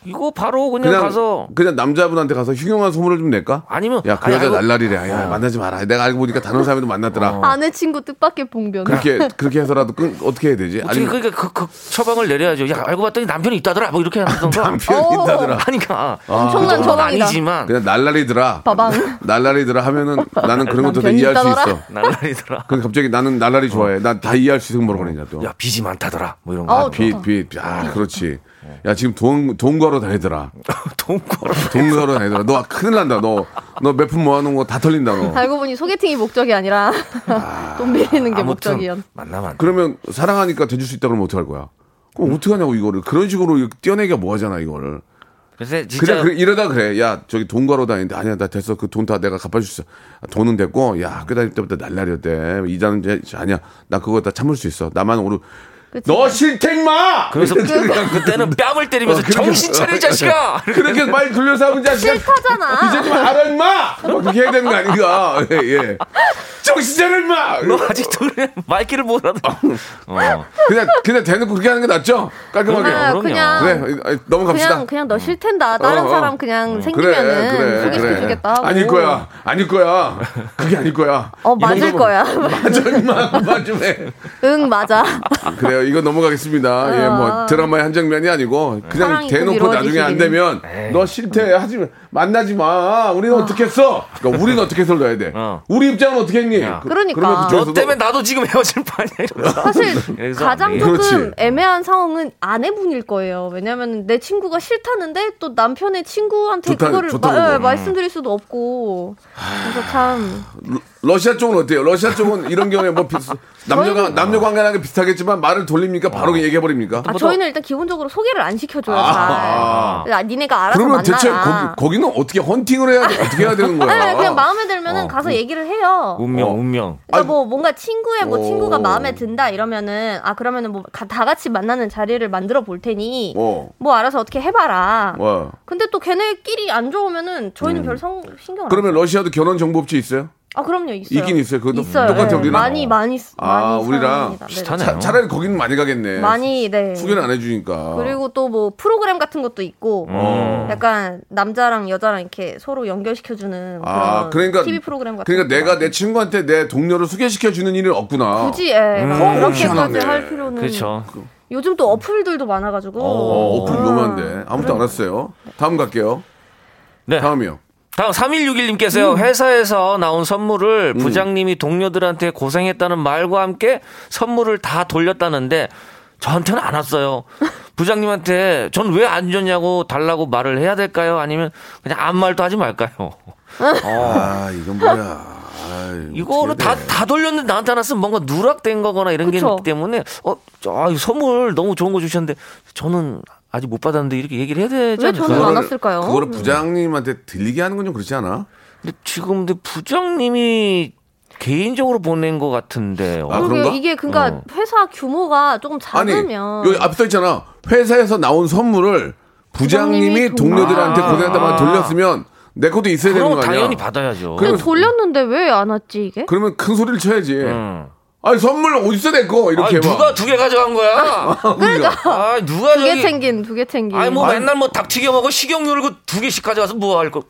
Speaker 8: 이거 바로 그냥,
Speaker 1: 그냥
Speaker 8: 가서
Speaker 1: 그냥 남자분한테 가서 흉흉한 소문을 좀 낼까?
Speaker 8: 아니면
Speaker 1: 야 그
Speaker 8: 아니,
Speaker 1: 여자
Speaker 8: 알고-
Speaker 1: 날라리래. 야 만나지 마라. 내가 알고 보니까 다른 사람도 만났더라.
Speaker 9: 어. 아내 친구 뜻밖의 봉변.
Speaker 1: 그렇게 그렇게 해서라도 끊, 어떻게 해야 되지?
Speaker 8: 어떻게
Speaker 1: 아니면
Speaker 8: 그러니까 그, 그 처방을 내려야죠. 야 알고 봤더니 남편이 있다더라. 뭐 이렇게 하던가.
Speaker 1: 남편이
Speaker 9: 어.
Speaker 1: 있다더라.
Speaker 8: 아니까
Speaker 9: 엄청난
Speaker 1: 그렇죠.
Speaker 8: 그건
Speaker 9: 처방이다.
Speaker 8: 아니지만
Speaker 1: 그냥 날라리더라.
Speaker 9: 바방.
Speaker 1: 날라리더라 하면은 나는 그런 것도 다
Speaker 9: 남편이
Speaker 1: 이해할 수
Speaker 9: 있다더라? 어.
Speaker 1: 있어.
Speaker 8: 날라리더라.
Speaker 1: 근데 갑자기 나는 날라리 좋아해. 난 다 이해할 수 있는 거라고 또.
Speaker 8: 야 빚이 많다더라. 뭐 이런
Speaker 9: 어,
Speaker 8: 거.
Speaker 9: 좋다.
Speaker 1: 빛빛 아 그렇지. 야 지금 돈 돈과로 다니더라.
Speaker 8: 동거로
Speaker 1: 돈과로 다니더라. 너 큰일 난다. 너 너 몇 푼 모아놓은 거 다 털린다 너.
Speaker 9: 알고 보니 소개팅이 목적이 아니라 돈 빌리는 게 목적이었.
Speaker 8: 아무튼 만나면 안 돼.
Speaker 1: 그러면 사랑하니까 돼줄 수 있다 그러면 어떡할 거야? 그럼 어떻게 하냐고 이거를 그런 식으로 이거 떼어내기가 뭐하잖아 이거를
Speaker 8: 그래서 진짜
Speaker 1: 그냥 그래, 이러다 그래 야 저기 돈 걸어 다니는데 아니야 나 됐어 그 돈 다 내가 갚아줄 수 있어 돈은 됐고 야 학교 다닐 때부터 날라리였대 이자는 이제 아니야 나 그거 다 참을 수 있어 나만 오르
Speaker 9: 그치.
Speaker 1: 너 싫택 마
Speaker 8: 그래서
Speaker 1: 그냥
Speaker 8: 그때는 뺨을 때리면서
Speaker 1: 어, 그렇게-
Speaker 8: 정신 차려 이 자식아.
Speaker 1: 그렇게 말 돌려서 하면 자식아
Speaker 9: 싫다잖아.
Speaker 1: 이제 좀 알아 임마 막 그렇게 해야 되는 거 아닌가 예, 예. 정신 차려 임마
Speaker 8: 너
Speaker 9: 뭐?
Speaker 8: 아직도 그래. 말귀를 못 알아. 어.
Speaker 1: 그냥 그냥 대놓고 그렇게 하는 게 낫죠 깔끔하게
Speaker 9: 아,
Speaker 8: 그럼요.
Speaker 9: 그냥
Speaker 1: 그래 아니, 넘어갑시다
Speaker 9: 그냥 그냥 너 싫텐다. 다른
Speaker 1: 어, 어.
Speaker 9: 사람 그냥
Speaker 1: 그래,
Speaker 9: 생기면은
Speaker 1: 그래,
Speaker 9: 소개시켜주겠다 하고.
Speaker 1: 아닐 거야, 아닐 거야. 그게 아닐 거야.
Speaker 9: 어
Speaker 1: 이
Speaker 9: 맞을
Speaker 1: 정도면-
Speaker 9: 거야.
Speaker 1: 맞아, 임마. 그만 좀 해.
Speaker 9: 응 맞아.
Speaker 1: 그래요, 이거 넘어가겠습니다. 예, 뭐 드라마의 한 장면이 아니고 그냥
Speaker 9: 아. 사랑이 그
Speaker 1: 대놓고 나중에 안
Speaker 9: 이루어지시기는.
Speaker 1: 되면
Speaker 8: 네.
Speaker 1: 너 싫대 하지 마. 만나지 마.
Speaker 9: 아.
Speaker 1: 우리는 어. 떻게 했어? 그러니까 우리는 어떻게 해서 넣어야 돼.
Speaker 8: 어.
Speaker 1: 우리 입장은 어떻게 했니? 그,
Speaker 9: 그러니까.
Speaker 1: 그러면 그쪽에서도-
Speaker 8: 너 때문에 나도 지금 헤어질 판이야. 이러면서.
Speaker 9: 사실
Speaker 8: 그래서
Speaker 9: 가장
Speaker 8: 예.
Speaker 9: 조금
Speaker 1: 그렇지.
Speaker 9: 애매한 상황은 아내분일 거예요. 왜냐면 내 친구가 싫다는데 또 남편의 친구한테
Speaker 1: 좋다-
Speaker 9: 그거를
Speaker 1: 좋다고
Speaker 9: 마- 예,
Speaker 1: 그러고.
Speaker 9: 말씀드릴 수도 없고. 그래서 참
Speaker 1: 러시아 쪽은 어때요? 러시아 쪽은 이런 경우에 뭐 비- 남녀가 남녀 관계랑 비슷하겠지만 말을 돌립니까? 바로 얘기해 버립니까?
Speaker 9: 아, 저희는 일단 기본적으로 소개를 안 시켜줘요.
Speaker 1: 아.
Speaker 9: 잘. 그래서 니네가 알아서
Speaker 1: 그러면
Speaker 9: 만나라.
Speaker 1: 대체 거기, 는 어떻게 헌팅을 해야 돼? 어떻게 해야 되는 거야?
Speaker 9: 아니, 그냥 마음에 들면은 가서 얘기를 해요.
Speaker 8: 운명,
Speaker 1: 어.
Speaker 8: 운명.
Speaker 9: 그러니까
Speaker 1: 아니, 어.
Speaker 9: 뭐 뭔가 친구의 뭐
Speaker 1: 오.
Speaker 9: 친구가 마음에 든다 이러면은 아 그러면은 뭐 다 같이 만나는 자리를 만들어 볼 테니
Speaker 1: 어. 뭐.
Speaker 9: 뭐 알아서 어떻게 해봐라.
Speaker 1: 와.
Speaker 9: 근데 또 걔네끼리 안 좋으면은 저희는 별 성, 신경 안.
Speaker 1: 음. 그러면 러시아도 결혼 정보업체 있어요?
Speaker 9: 써요. 아 그럼요 있어요.
Speaker 1: 있긴 있어요. 그것도
Speaker 9: 있어요.
Speaker 1: 똑같아요,
Speaker 9: 네.
Speaker 1: 우리랑?
Speaker 9: 많이 많이 쓰-
Speaker 1: 아,
Speaker 9: 많이
Speaker 1: 우리랑
Speaker 9: 사용합니다. 네.
Speaker 8: 비슷하네요.
Speaker 1: 차, 라리 거기는 많이 가겠네.
Speaker 9: 많이 네.
Speaker 1: 소개를 안 해주니까.
Speaker 9: 그리고 또 뭐 프로그램 같은 것도 있고
Speaker 8: 어.
Speaker 9: 약간 남자랑 여자랑 이렇게 서로 연결시켜주는
Speaker 1: 아,
Speaker 9: 그런
Speaker 1: 그러니까
Speaker 9: TV 프로그램 같은
Speaker 1: 그러니까
Speaker 9: 것도
Speaker 1: 내가
Speaker 9: 많아요.
Speaker 1: 내 친구한테 내 동료를 소개시켜 주는 일은 없구나.
Speaker 9: 굳이 예, 막
Speaker 1: 음.
Speaker 9: 그렇게까지
Speaker 1: 희한하네.
Speaker 9: 할 필요는
Speaker 8: 그렇죠.
Speaker 9: 요즘 또 어플들도 많아가지고
Speaker 1: 어, 어플
Speaker 9: 음.
Speaker 1: 위험한데 아무도 안 왔어요. 다음 갈게요.
Speaker 8: 네. 다음,
Speaker 1: 다음이요.
Speaker 9: 음.
Speaker 8: 3161님께서요. 회사에서 나온 선물을 부장님이 동료들한테 고생했다는 말과 함께 선물을 다 돌렸다는데 저한테는 안 왔어요. 부장님한테 전 왜 안 줬냐고 달라고 말을 해야 될까요? 아니면 그냥 아무 말도 하지 말까요?
Speaker 1: 아 이건 뭐야. 아이,
Speaker 8: 이거를
Speaker 1: 어떻게
Speaker 8: 다,
Speaker 1: 해야 돼.
Speaker 8: 다 돌렸는데 나한테 안 왔으면 뭔가 누락된 거거나 이런 게
Speaker 9: 네. 그쵸.
Speaker 8: 있기 때문에, 어, 저, 아, 이 선물 너무 좋은 거 주셨는데, 저는 아직 못 받았는데 이렇게 얘기를 해야 되지
Speaker 9: 왜
Speaker 8: 않을까?
Speaker 9: 저는 안
Speaker 1: 그거를-
Speaker 9: 왔을까요? 네.
Speaker 1: 그거를 부장님한테 들리게 하는 건 좀 그렇지 않아?
Speaker 8: 근데 지금 근데 부장님이 개인적으로 보낸 것 같은데요.
Speaker 1: 아,
Speaker 9: 그러게요.
Speaker 1: 그런가?
Speaker 9: 이게 그러니까
Speaker 8: 어.
Speaker 9: 회사 규모가 조금
Speaker 1: 아니
Speaker 9: 작으면
Speaker 1: 여기 앞서 있잖아 회사에서 나온 선물을 부장님이
Speaker 9: 부장님이
Speaker 1: 동료들한테
Speaker 8: 아.
Speaker 1: 고생했다 말 돌렸으면 내 것도 있어야 되는
Speaker 8: 그럼
Speaker 1: 거 아니야?
Speaker 8: 당연히 받아야죠.
Speaker 9: 근데
Speaker 1: 그럼-
Speaker 9: 돌렸는데 왜 안 왔지 이게?
Speaker 1: 그러면 큰 소리를 쳐야지.
Speaker 8: 음.
Speaker 1: 아니 선물 어디서 내거 이렇게
Speaker 8: 아,
Speaker 1: 해봐.
Speaker 8: 누가 두 개 가져간 거야?
Speaker 1: 그러니까.
Speaker 8: 아, 누가
Speaker 9: 두 개
Speaker 8: 저기.
Speaker 9: 챙긴 두 개 챙긴
Speaker 8: 아니, 뭐 맨날 뭐 닭 튀겨 먹어 식용유를 그 두 개씩 가져가서 뭐 할 거.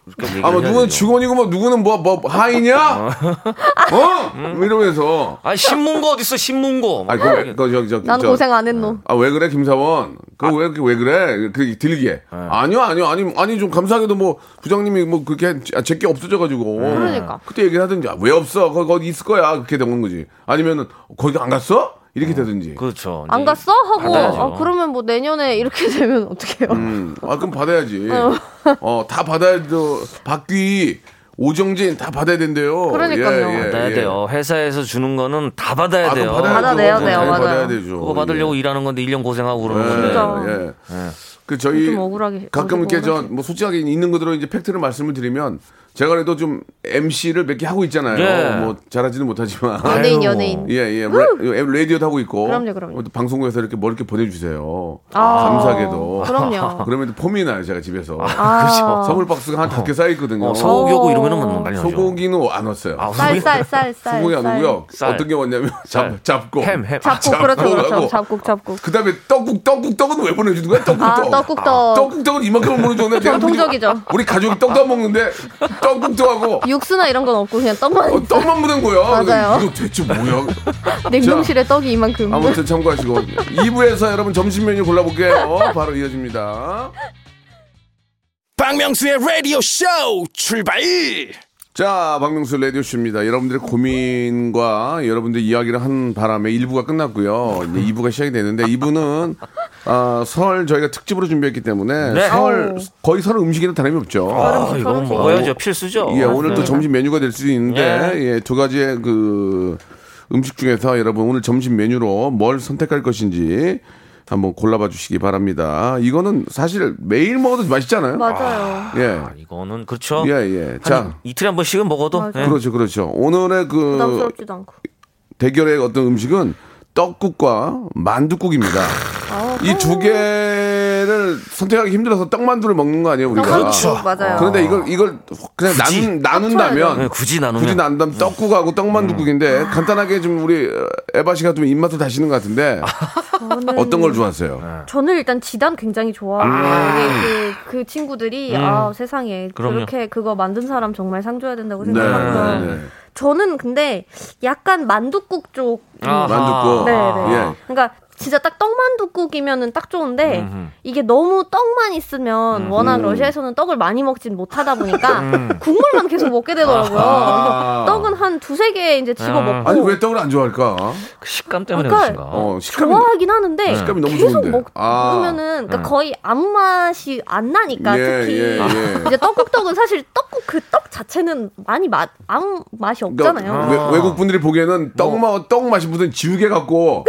Speaker 1: 아, 뭐 누구는 직원이고 뭐 누구는 뭐 뭐 하이냐? 어? 이러면서.
Speaker 8: 아, 신문고 어딨어, 신문고.
Speaker 1: 아, 그거 왜- 그거 저기 저기
Speaker 9: 나는
Speaker 1: 저-
Speaker 9: 고생 안 했노
Speaker 1: 아, 왜 그래, 김사원?
Speaker 8: 아.
Speaker 1: 그거 왜, 왜 그래? 그, 들리게. 아니요, 아니요, 아니, 아니, 좀 감사하게도 뭐, 부장님이 뭐, 그렇게, 제게 없어져가지고.
Speaker 9: 그러니까.
Speaker 1: 그때 얘기를 하든지, 아, 왜 없어? 거기, 거기 있을 거야. 그렇게 되는 거지. 아니면은, 거기 안 갔어? 이렇게 되든지.
Speaker 8: 그렇죠.
Speaker 9: 안 갔어? 하고
Speaker 8: 받아야죠.
Speaker 9: 아, 그러면 뭐 내년에 이렇게 되면 어떡해요
Speaker 1: 어, 음, 아, 그럼 받아야지. 어, 다 받아야, 돼. 바뀌, 오정진 다 받아야 된대요. 예, 예,
Speaker 8: 받아야
Speaker 1: 예.
Speaker 8: 돼요. 회사에서 주는 거는 다 받아야
Speaker 1: 아, 그럼
Speaker 8: 돼요.
Speaker 1: 받아야죠. 받아내야 돼요,
Speaker 8: 그거
Speaker 1: 받아야
Speaker 8: 받아야
Speaker 1: 되죠.
Speaker 8: 그거 받으려고 일하는 건데 1년 고생하고 그러는 건데.
Speaker 1: 예, 예.
Speaker 8: 네.
Speaker 1: 그 저희
Speaker 9: 어, 좀 억울하게-
Speaker 1: 가끔 이렇게
Speaker 9: 억울하게.
Speaker 1: 저 뭐 솔직하게 있는 그대로 이제 팩트를 말씀을 드리면 제가 그래도 좀 MC를 몇 개 하고 있잖아요.
Speaker 8: 예.
Speaker 1: 뭐 잘하지는 못하지만
Speaker 9: 연예인, 연예인.
Speaker 1: 예, 예. 레- 라디오도 하고 있고.
Speaker 9: 음! 그럼요, 그럼요.
Speaker 1: 또 방송국에서 이렇게 뭐 이렇게 보내주세요.
Speaker 9: 아,
Speaker 1: 감사하게도.
Speaker 9: 그럼요.
Speaker 1: 그러면 또 폼이 나요, 제가 집에서.
Speaker 9: 아. 그죠.
Speaker 1: 선물 박스가 한 다섯 개 쌓여있거든요.
Speaker 8: 어, 소고기 오고 이러면은 뭐 난리 나죠.
Speaker 1: 소고기는 안 왔어요.
Speaker 9: 쌀, 쌀, 쌀, 쌀.
Speaker 1: 소고기 안
Speaker 9: 쌀.
Speaker 1: 오고요.
Speaker 8: 쌀.
Speaker 1: 어떤 게 왔냐면
Speaker 8: 쌀.
Speaker 1: 잡, 잡고.
Speaker 8: 햄, 햄.
Speaker 9: 잡곡, 그렇죠,
Speaker 1: 하고.
Speaker 9: 그렇죠. 잡곡, 잡곡.
Speaker 1: 그 다음에 떡국, 떡국, 떡은 왜 보내주는 거야? 떡국,
Speaker 9: 아,
Speaker 1: 떡.
Speaker 9: 떡국,
Speaker 1: 아,
Speaker 9: 떡.
Speaker 1: 떡국, 떡은 이만큼은 보내줬는데.
Speaker 9: 전통적이죠.
Speaker 1: 우리 가족이 떡도 안 먹는데 떡국, 떡하고
Speaker 9: 육수나 이런 건 없고 그냥 떡만
Speaker 1: 어, 떡만 보낸 거야.
Speaker 9: 맞아요.
Speaker 1: 이거 대체 뭐야?
Speaker 9: 냉동실에 떡이 이만큼.
Speaker 1: 아무튼 뭐 참고하시고 2부에서 여러분 점심 메뉴 골라볼게요. 바로 이어집니다.
Speaker 6: 박명수의 라디오 쇼 출발
Speaker 1: 자, 박명수 레디오쇼입니다. 여러분들의 고민과 여러분들 이야기를 한 바람에 1부가 끝났고요. 이제 2부가 시작이 되는데 2부는 아, 설 저희가 특집으로 준비했기 때문에
Speaker 8: 네.
Speaker 1: 설 거의 설 음식에는 다름이 없죠.
Speaker 8: 아, 이건 먹어야죠. 네. 필수죠.
Speaker 1: 예, 오늘 또 점심 메뉴가 될 수도 있는데
Speaker 8: 예.
Speaker 1: 예, 두 가지의 그 음식 중에서 여러분 오늘 점심 메뉴로 뭘 선택할 것인지 한번 골라봐 주시기 바랍니다. 이거는 사실 매일 먹어도 맛있잖아요.
Speaker 9: 맞아요.
Speaker 1: 예.
Speaker 8: 아, 이거는 그렇죠.
Speaker 1: 예, 예. 자,
Speaker 8: 이틀에 한 번씩은 먹어도 예.
Speaker 1: 그렇죠, 그렇죠. 오늘의 그
Speaker 9: 부담스럽지도 않고.
Speaker 1: 대결의 어떤 음식은 떡국과 만두국입니다. 아, 이 두 개를 선택하기 힘들어서 떡만두를 먹는 거 아니에요, 우리가?
Speaker 9: 떡만두, 맞아요.
Speaker 1: 그런데 이걸 이걸 그냥
Speaker 8: 굳이.
Speaker 1: 나눈, 나눈다면
Speaker 8: 예, 굳이 나누면
Speaker 1: 굳이 난다면 떡국하고 떡만두국인데
Speaker 9: 음.
Speaker 1: 간단하게 좀 우리 에바 씨가 좀 입맛을 다시는 것 같은데
Speaker 8: 아.
Speaker 9: 아, 저는
Speaker 1: 어떤 걸
Speaker 8: 네.
Speaker 1: 좋아하세요?
Speaker 9: 저는 일단 지단 굉장히 좋아하고 이게 그, 그 친구들이
Speaker 1: 음.
Speaker 9: 아 세상에
Speaker 8: 그럼요.
Speaker 9: 그렇게 그거 만든 사람 정말 상 줘야 된다고
Speaker 1: 네,
Speaker 9: 생각하고요.
Speaker 1: 네, 네.
Speaker 9: 저는 근데 약간 만둣국 쪽
Speaker 8: 아하.
Speaker 1: 만둣국.
Speaker 9: 네,
Speaker 1: 네.
Speaker 9: 그러니까 진짜 딱 떡만둣국이면은 딱 좋은데
Speaker 1: 음,
Speaker 9: 이게 너무 떡만 있으면 워낙 러시아에서는 떡을 많이 먹진 못하다 보니까 국물만 계속 먹게 되더라고요.
Speaker 1: 음. 아하. 음.
Speaker 9: 그래서 떡은 한 두세 개 이제 집어 먹고
Speaker 1: 아니 왜 떡을 안 좋아할까?
Speaker 8: 그 식감 때문에
Speaker 9: 그러니까-
Speaker 8: 그러신가?
Speaker 1: 어, 식감이 네.
Speaker 9: 좋아하긴 하는데
Speaker 1: 식감이 너무
Speaker 9: 계속
Speaker 1: 좋은데. 아.
Speaker 9: 먹으면은 그러니까 거의 아무 맛이 안 나니까
Speaker 1: 예,
Speaker 9: 특히
Speaker 1: 예, 예.
Speaker 9: 이제 떡국떡은 사실 떡국 그 떡 자체는 많이 맛 아무 맛이 없잖아요.
Speaker 1: 그러니까 외, 국 분들이 보기에는 떡,
Speaker 8: 뭐.
Speaker 1: 마, 떡 맛이 무슨 지우개 같고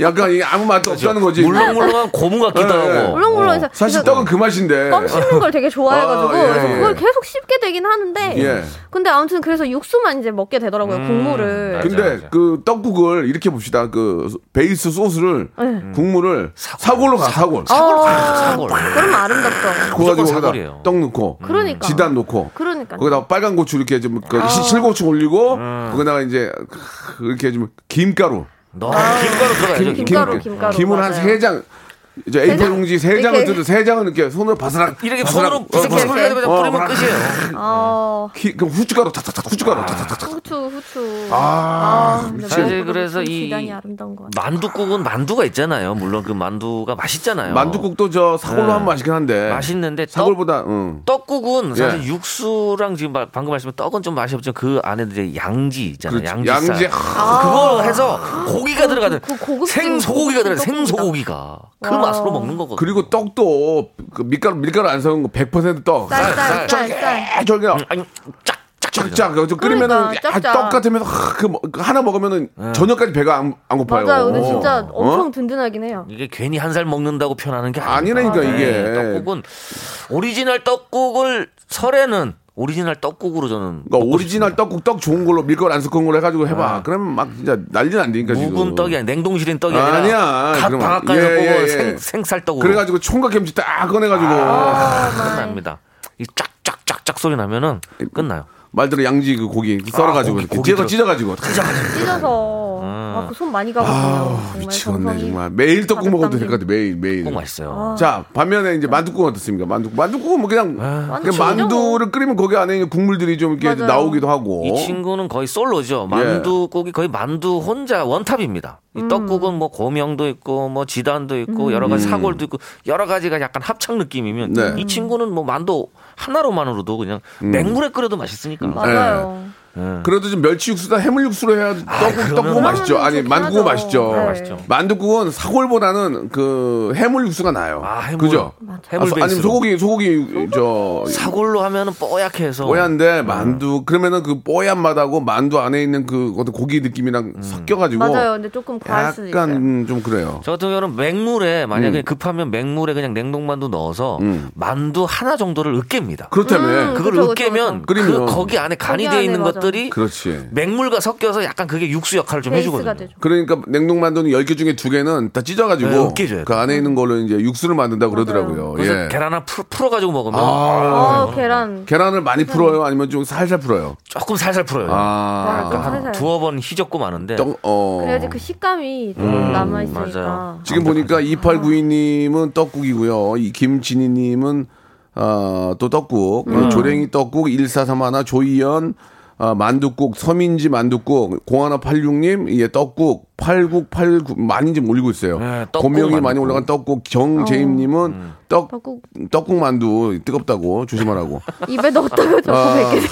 Speaker 1: 약간 이게 아무 맛도 없다는 거지.
Speaker 8: 물렁물렁한 고무 같기도
Speaker 1: 예, 예.
Speaker 8: 하고.
Speaker 9: 물렁물렁해서
Speaker 1: 사실 떡은 그 맛인데.
Speaker 9: 껌 씹는 걸 되게 좋아해가지고
Speaker 1: 아, 예,
Speaker 9: 그래서
Speaker 1: 예.
Speaker 9: 그걸 계속 씹게 되긴 하는데
Speaker 1: 예. 음.
Speaker 9: 근데 아무튼 그래서 육수만 이제 먹게 되더라고요 국물을
Speaker 8: 맞아,
Speaker 1: 근데
Speaker 8: 맞아.
Speaker 1: 그 떡국을 이렇게 봅시다. 그 소- 베이스 소스를
Speaker 9: 네.
Speaker 1: 국물을 사골로 가 사골.
Speaker 9: 어,
Speaker 8: 사골.
Speaker 9: 그럼 아름답죠
Speaker 1: 그거 가지고
Speaker 8: 무조건
Speaker 1: 거기다
Speaker 8: 사골이에요.
Speaker 1: 떡 넣고
Speaker 9: 그러니까
Speaker 1: 지단 넣고
Speaker 9: 그러니까
Speaker 1: 거기다가 빨간 고추 이렇게 좀
Speaker 9: 아.
Speaker 1: 그, 실고추 올리고
Speaker 8: 아.
Speaker 1: 거기다가 이제 크- 이렇게 좀 김가루
Speaker 8: 너무 김가루 들어가야죠. 김,
Speaker 9: 아, 김가루, 김가루,
Speaker 1: 김을 한
Speaker 9: 맞아요.
Speaker 1: 세 장 이제 에이프 용지 세 장을
Speaker 9: 이렇게.
Speaker 1: 뜯어 세 장을 이렇게 손으로 바스락
Speaker 8: 이렇게
Speaker 1: 바스락,
Speaker 8: 손으로
Speaker 1: 어,
Speaker 8: 부스럭
Speaker 1: 바스락.
Speaker 8: 부스럭 해서
Speaker 1: 어,
Speaker 8: 뿌리면
Speaker 1: 바스락.
Speaker 8: 끝이에요.
Speaker 9: 어,
Speaker 1: 기- 그럼 후춧가루 탁탁탁
Speaker 8: 아,
Speaker 1: 후춧가루 탁탁탁
Speaker 9: 후추 후추
Speaker 1: 아,
Speaker 9: 근데
Speaker 8: 사실
Speaker 9: 말고도
Speaker 8: 그래서
Speaker 9: 좀
Speaker 8: 이-
Speaker 9: 지단이 아름다운 것 같아요
Speaker 8: 만두국은 만두가 있잖아요. 물론 그 만두가 맛있잖아요.
Speaker 1: 만두국도 저 사골로
Speaker 8: 네.
Speaker 1: 하면 맛있긴 한데
Speaker 8: 맛있는데 떡,
Speaker 1: 사골보다 응.
Speaker 8: 떡국은 사실
Speaker 1: 예.
Speaker 8: 육수랑 지금 마- 방금 말씀한 떡은 좀 맛이 없지만 그 안에 이제 양지 있잖아요.
Speaker 1: 그렇지.
Speaker 8: 양지.
Speaker 1: 그렇죠. 양지
Speaker 8: 쌀. 그걸 해서 고기가 들어가는
Speaker 9: 아. 그 고급진
Speaker 8: 생소고기가 들어가는
Speaker 9: 떡국이다.
Speaker 8: 생소고기가 그
Speaker 9: 와.
Speaker 8: 맛으로 먹는 거거든요.
Speaker 1: 그리고 떡도 그 밀가루 밀가루 안 섞은 거 100%떡
Speaker 9: 쌀, 쌀, 쌀, 쌀.
Speaker 1: 저기
Speaker 8: 아니 짝짝
Speaker 1: 쫙쫙 그래서 끓이면은
Speaker 9: 그러니까,
Speaker 1: 아,
Speaker 9: 짭짭.
Speaker 1: 떡 같으면서 하, 그 뭐- 그 하나 먹으면은
Speaker 8: 네.
Speaker 1: 저녁까지 배가 안, 안 고파요.
Speaker 9: 맞아요 근데 진짜
Speaker 1: 어?
Speaker 9: 엄청 든든하긴 해요
Speaker 8: 이게 괜히 한 살 먹는다고 편하는 게 아니다.
Speaker 1: 아니라니까, 이게.
Speaker 8: 떡국은 오리지널 떡국을 설에는 오리지널 떡국으로 저는
Speaker 1: 그러니까 오리지널 떡국 떡 좋은 걸로 밀가루 안 섞은 걸로 해가지고 해봐. 그러면 막 진짜 난리 안 되니까 지금.
Speaker 8: 네. 묵은 떡이 아니라 냉동실인 떡이 아니라
Speaker 1: 아니야.
Speaker 8: 갓
Speaker 1: 그럼-
Speaker 8: 방앗간에서
Speaker 1: 예, 예,
Speaker 8: 뽑은
Speaker 1: 예.
Speaker 8: 생, 생살 떡으로
Speaker 1: 그래가지고 총각김치 딱 꺼내가지고
Speaker 9: 아.
Speaker 8: 끝납니다. 이 짝짝짝짝 소리 나면은 끝나요.
Speaker 1: 말대로 양지 그 고기 썰어가지고
Speaker 8: 아, 고기,
Speaker 1: 이렇게
Speaker 8: 고기
Speaker 1: 찢어
Speaker 8: 들어-
Speaker 1: 찢어가지고.
Speaker 9: 찢어서 아, 그 손 많이 가거든요
Speaker 1: 예. 아
Speaker 9: 정말
Speaker 1: 미치겠네
Speaker 9: 정성이.
Speaker 1: 정말 매일 떡국 먹어도 될 것 같아 매일 매일.
Speaker 8: 꼭
Speaker 9: 아.
Speaker 8: 맛있어요.
Speaker 1: 자 반면에 이제 만두국 어떻습니까? 만두국 만두국은 뭐 그냥 그냥
Speaker 9: 아. 만두국이죠, 뭐.
Speaker 1: 만두를 끓이면 거기 안에 있는 국물들이 좀 이렇게
Speaker 9: 맞아요.
Speaker 1: 나오기도 하고.
Speaker 8: 이 친구는 거의 솔로죠.
Speaker 1: 예.
Speaker 8: 만두국이 거의 만두 혼자 원탑입니다.
Speaker 9: 음.
Speaker 8: 이 떡국은 뭐 고명도 있고 뭐 지단도 있고 여러 가지 사골도 있고 여러 가지가 약간 합창 느낌이면
Speaker 1: 음. 네. 음.
Speaker 9: 음.
Speaker 8: 이 친구는 뭐 만두 하나로만으로도 그냥 맹물에 끓여도 맛있으니까.
Speaker 9: 맞아요
Speaker 1: 네. 그래도 좀 멸치 육수다 해물 육수로 해야 떡국 예. 떡국
Speaker 8: 아, 그거는
Speaker 1: 맛있죠. 아니
Speaker 8: 그렇죠.
Speaker 9: 좋긴
Speaker 1: 만두국
Speaker 9: 하죠.
Speaker 1: 맛있죠.
Speaker 9: 네.
Speaker 8: 아, 맛있죠.
Speaker 1: 만두국은 사골보다는 그 해물 육수가 나요.
Speaker 8: 아, 해물.
Speaker 1: 그죠?
Speaker 8: 해물
Speaker 1: 아, 아니면
Speaker 8: 베이스로.
Speaker 1: 소고기 소고기 저
Speaker 8: 사골로 어. 하면은 뽀얗게 해서
Speaker 1: 뽀얀데 만두 그러면은 그 뽀얀 맛하고 만두 안에 있는 그 어떤 고기 느낌이랑
Speaker 8: 음.
Speaker 1: 섞여가지고
Speaker 9: 맞아요. 근데 조금 과할 수도 있어요.
Speaker 1: 뭐 약간 음, 좀 그래요.
Speaker 8: 저 같은 경우는 맹물에 만약에
Speaker 1: 음.
Speaker 8: 급하면 맹물에 그냥 냉동만두 넣어서
Speaker 1: 음.
Speaker 8: 만두 하나 정도를 으깹니다.
Speaker 1: 그렇다면
Speaker 9: 음.
Speaker 8: 그걸
Speaker 9: 그쵸, 그쵸,
Speaker 8: 으깨면
Speaker 1: 그쵸.
Speaker 8: 그
Speaker 1: 그러면.
Speaker 8: 거기 안에 간이
Speaker 9: 거기
Speaker 8: 돼
Speaker 9: 안에
Speaker 8: 있는
Speaker 9: 맞아.
Speaker 8: 것들이
Speaker 1: 그렇지.
Speaker 8: 맹물과 섞여서 약간 그게 육수 역할을 좀
Speaker 9: 베이스가
Speaker 8: 해주거든요.
Speaker 9: 되죠.
Speaker 1: 그러니까 냉동만두는 10개 중에 두개는다 찢어가지고
Speaker 8: 네, 으깨져요.
Speaker 1: 그 안에 있는 걸로 이제 육수를 만든다고 그러더라고요.
Speaker 8: 그래서
Speaker 1: 예.
Speaker 8: 계란 하나 풀, 풀어가지고 먹으면
Speaker 1: 아,
Speaker 9: 아, 계란.
Speaker 1: 계란을 많이 풀어요? 아니면 좀 살살 풀어요?
Speaker 8: 조금 살살 풀어요.
Speaker 1: 아,
Speaker 9: 아, 좀
Speaker 8: 한
Speaker 9: 살살.
Speaker 8: 두어 번 휘젓고 마는데
Speaker 1: 떡, 어.
Speaker 9: 그래야지 그 식감이 좀
Speaker 1: 음,
Speaker 9: 남아있으니까.
Speaker 8: 맞아요.
Speaker 1: 지금 보니까 2892님은 떡국이고요. 이 김진희님은 어, 또 떡국,
Speaker 9: 음.
Speaker 1: 조랭이 떡국, 1431, 조이연, 어, 만두국, 서민지 만두국, 0186님, 예, 떡국, 8989, 많이지 몰리고 있어요.
Speaker 8: 네, 떡국
Speaker 1: 고명이 많이
Speaker 8: 만두국. 음.
Speaker 1: 올라간 떡국, 경재임님은 떡,
Speaker 9: 떡국.
Speaker 1: 떡국 만두 뜨겁다고 조심하라고.
Speaker 9: 입에
Speaker 1: 아.
Speaker 9: 넣었다가 자꾸 베끼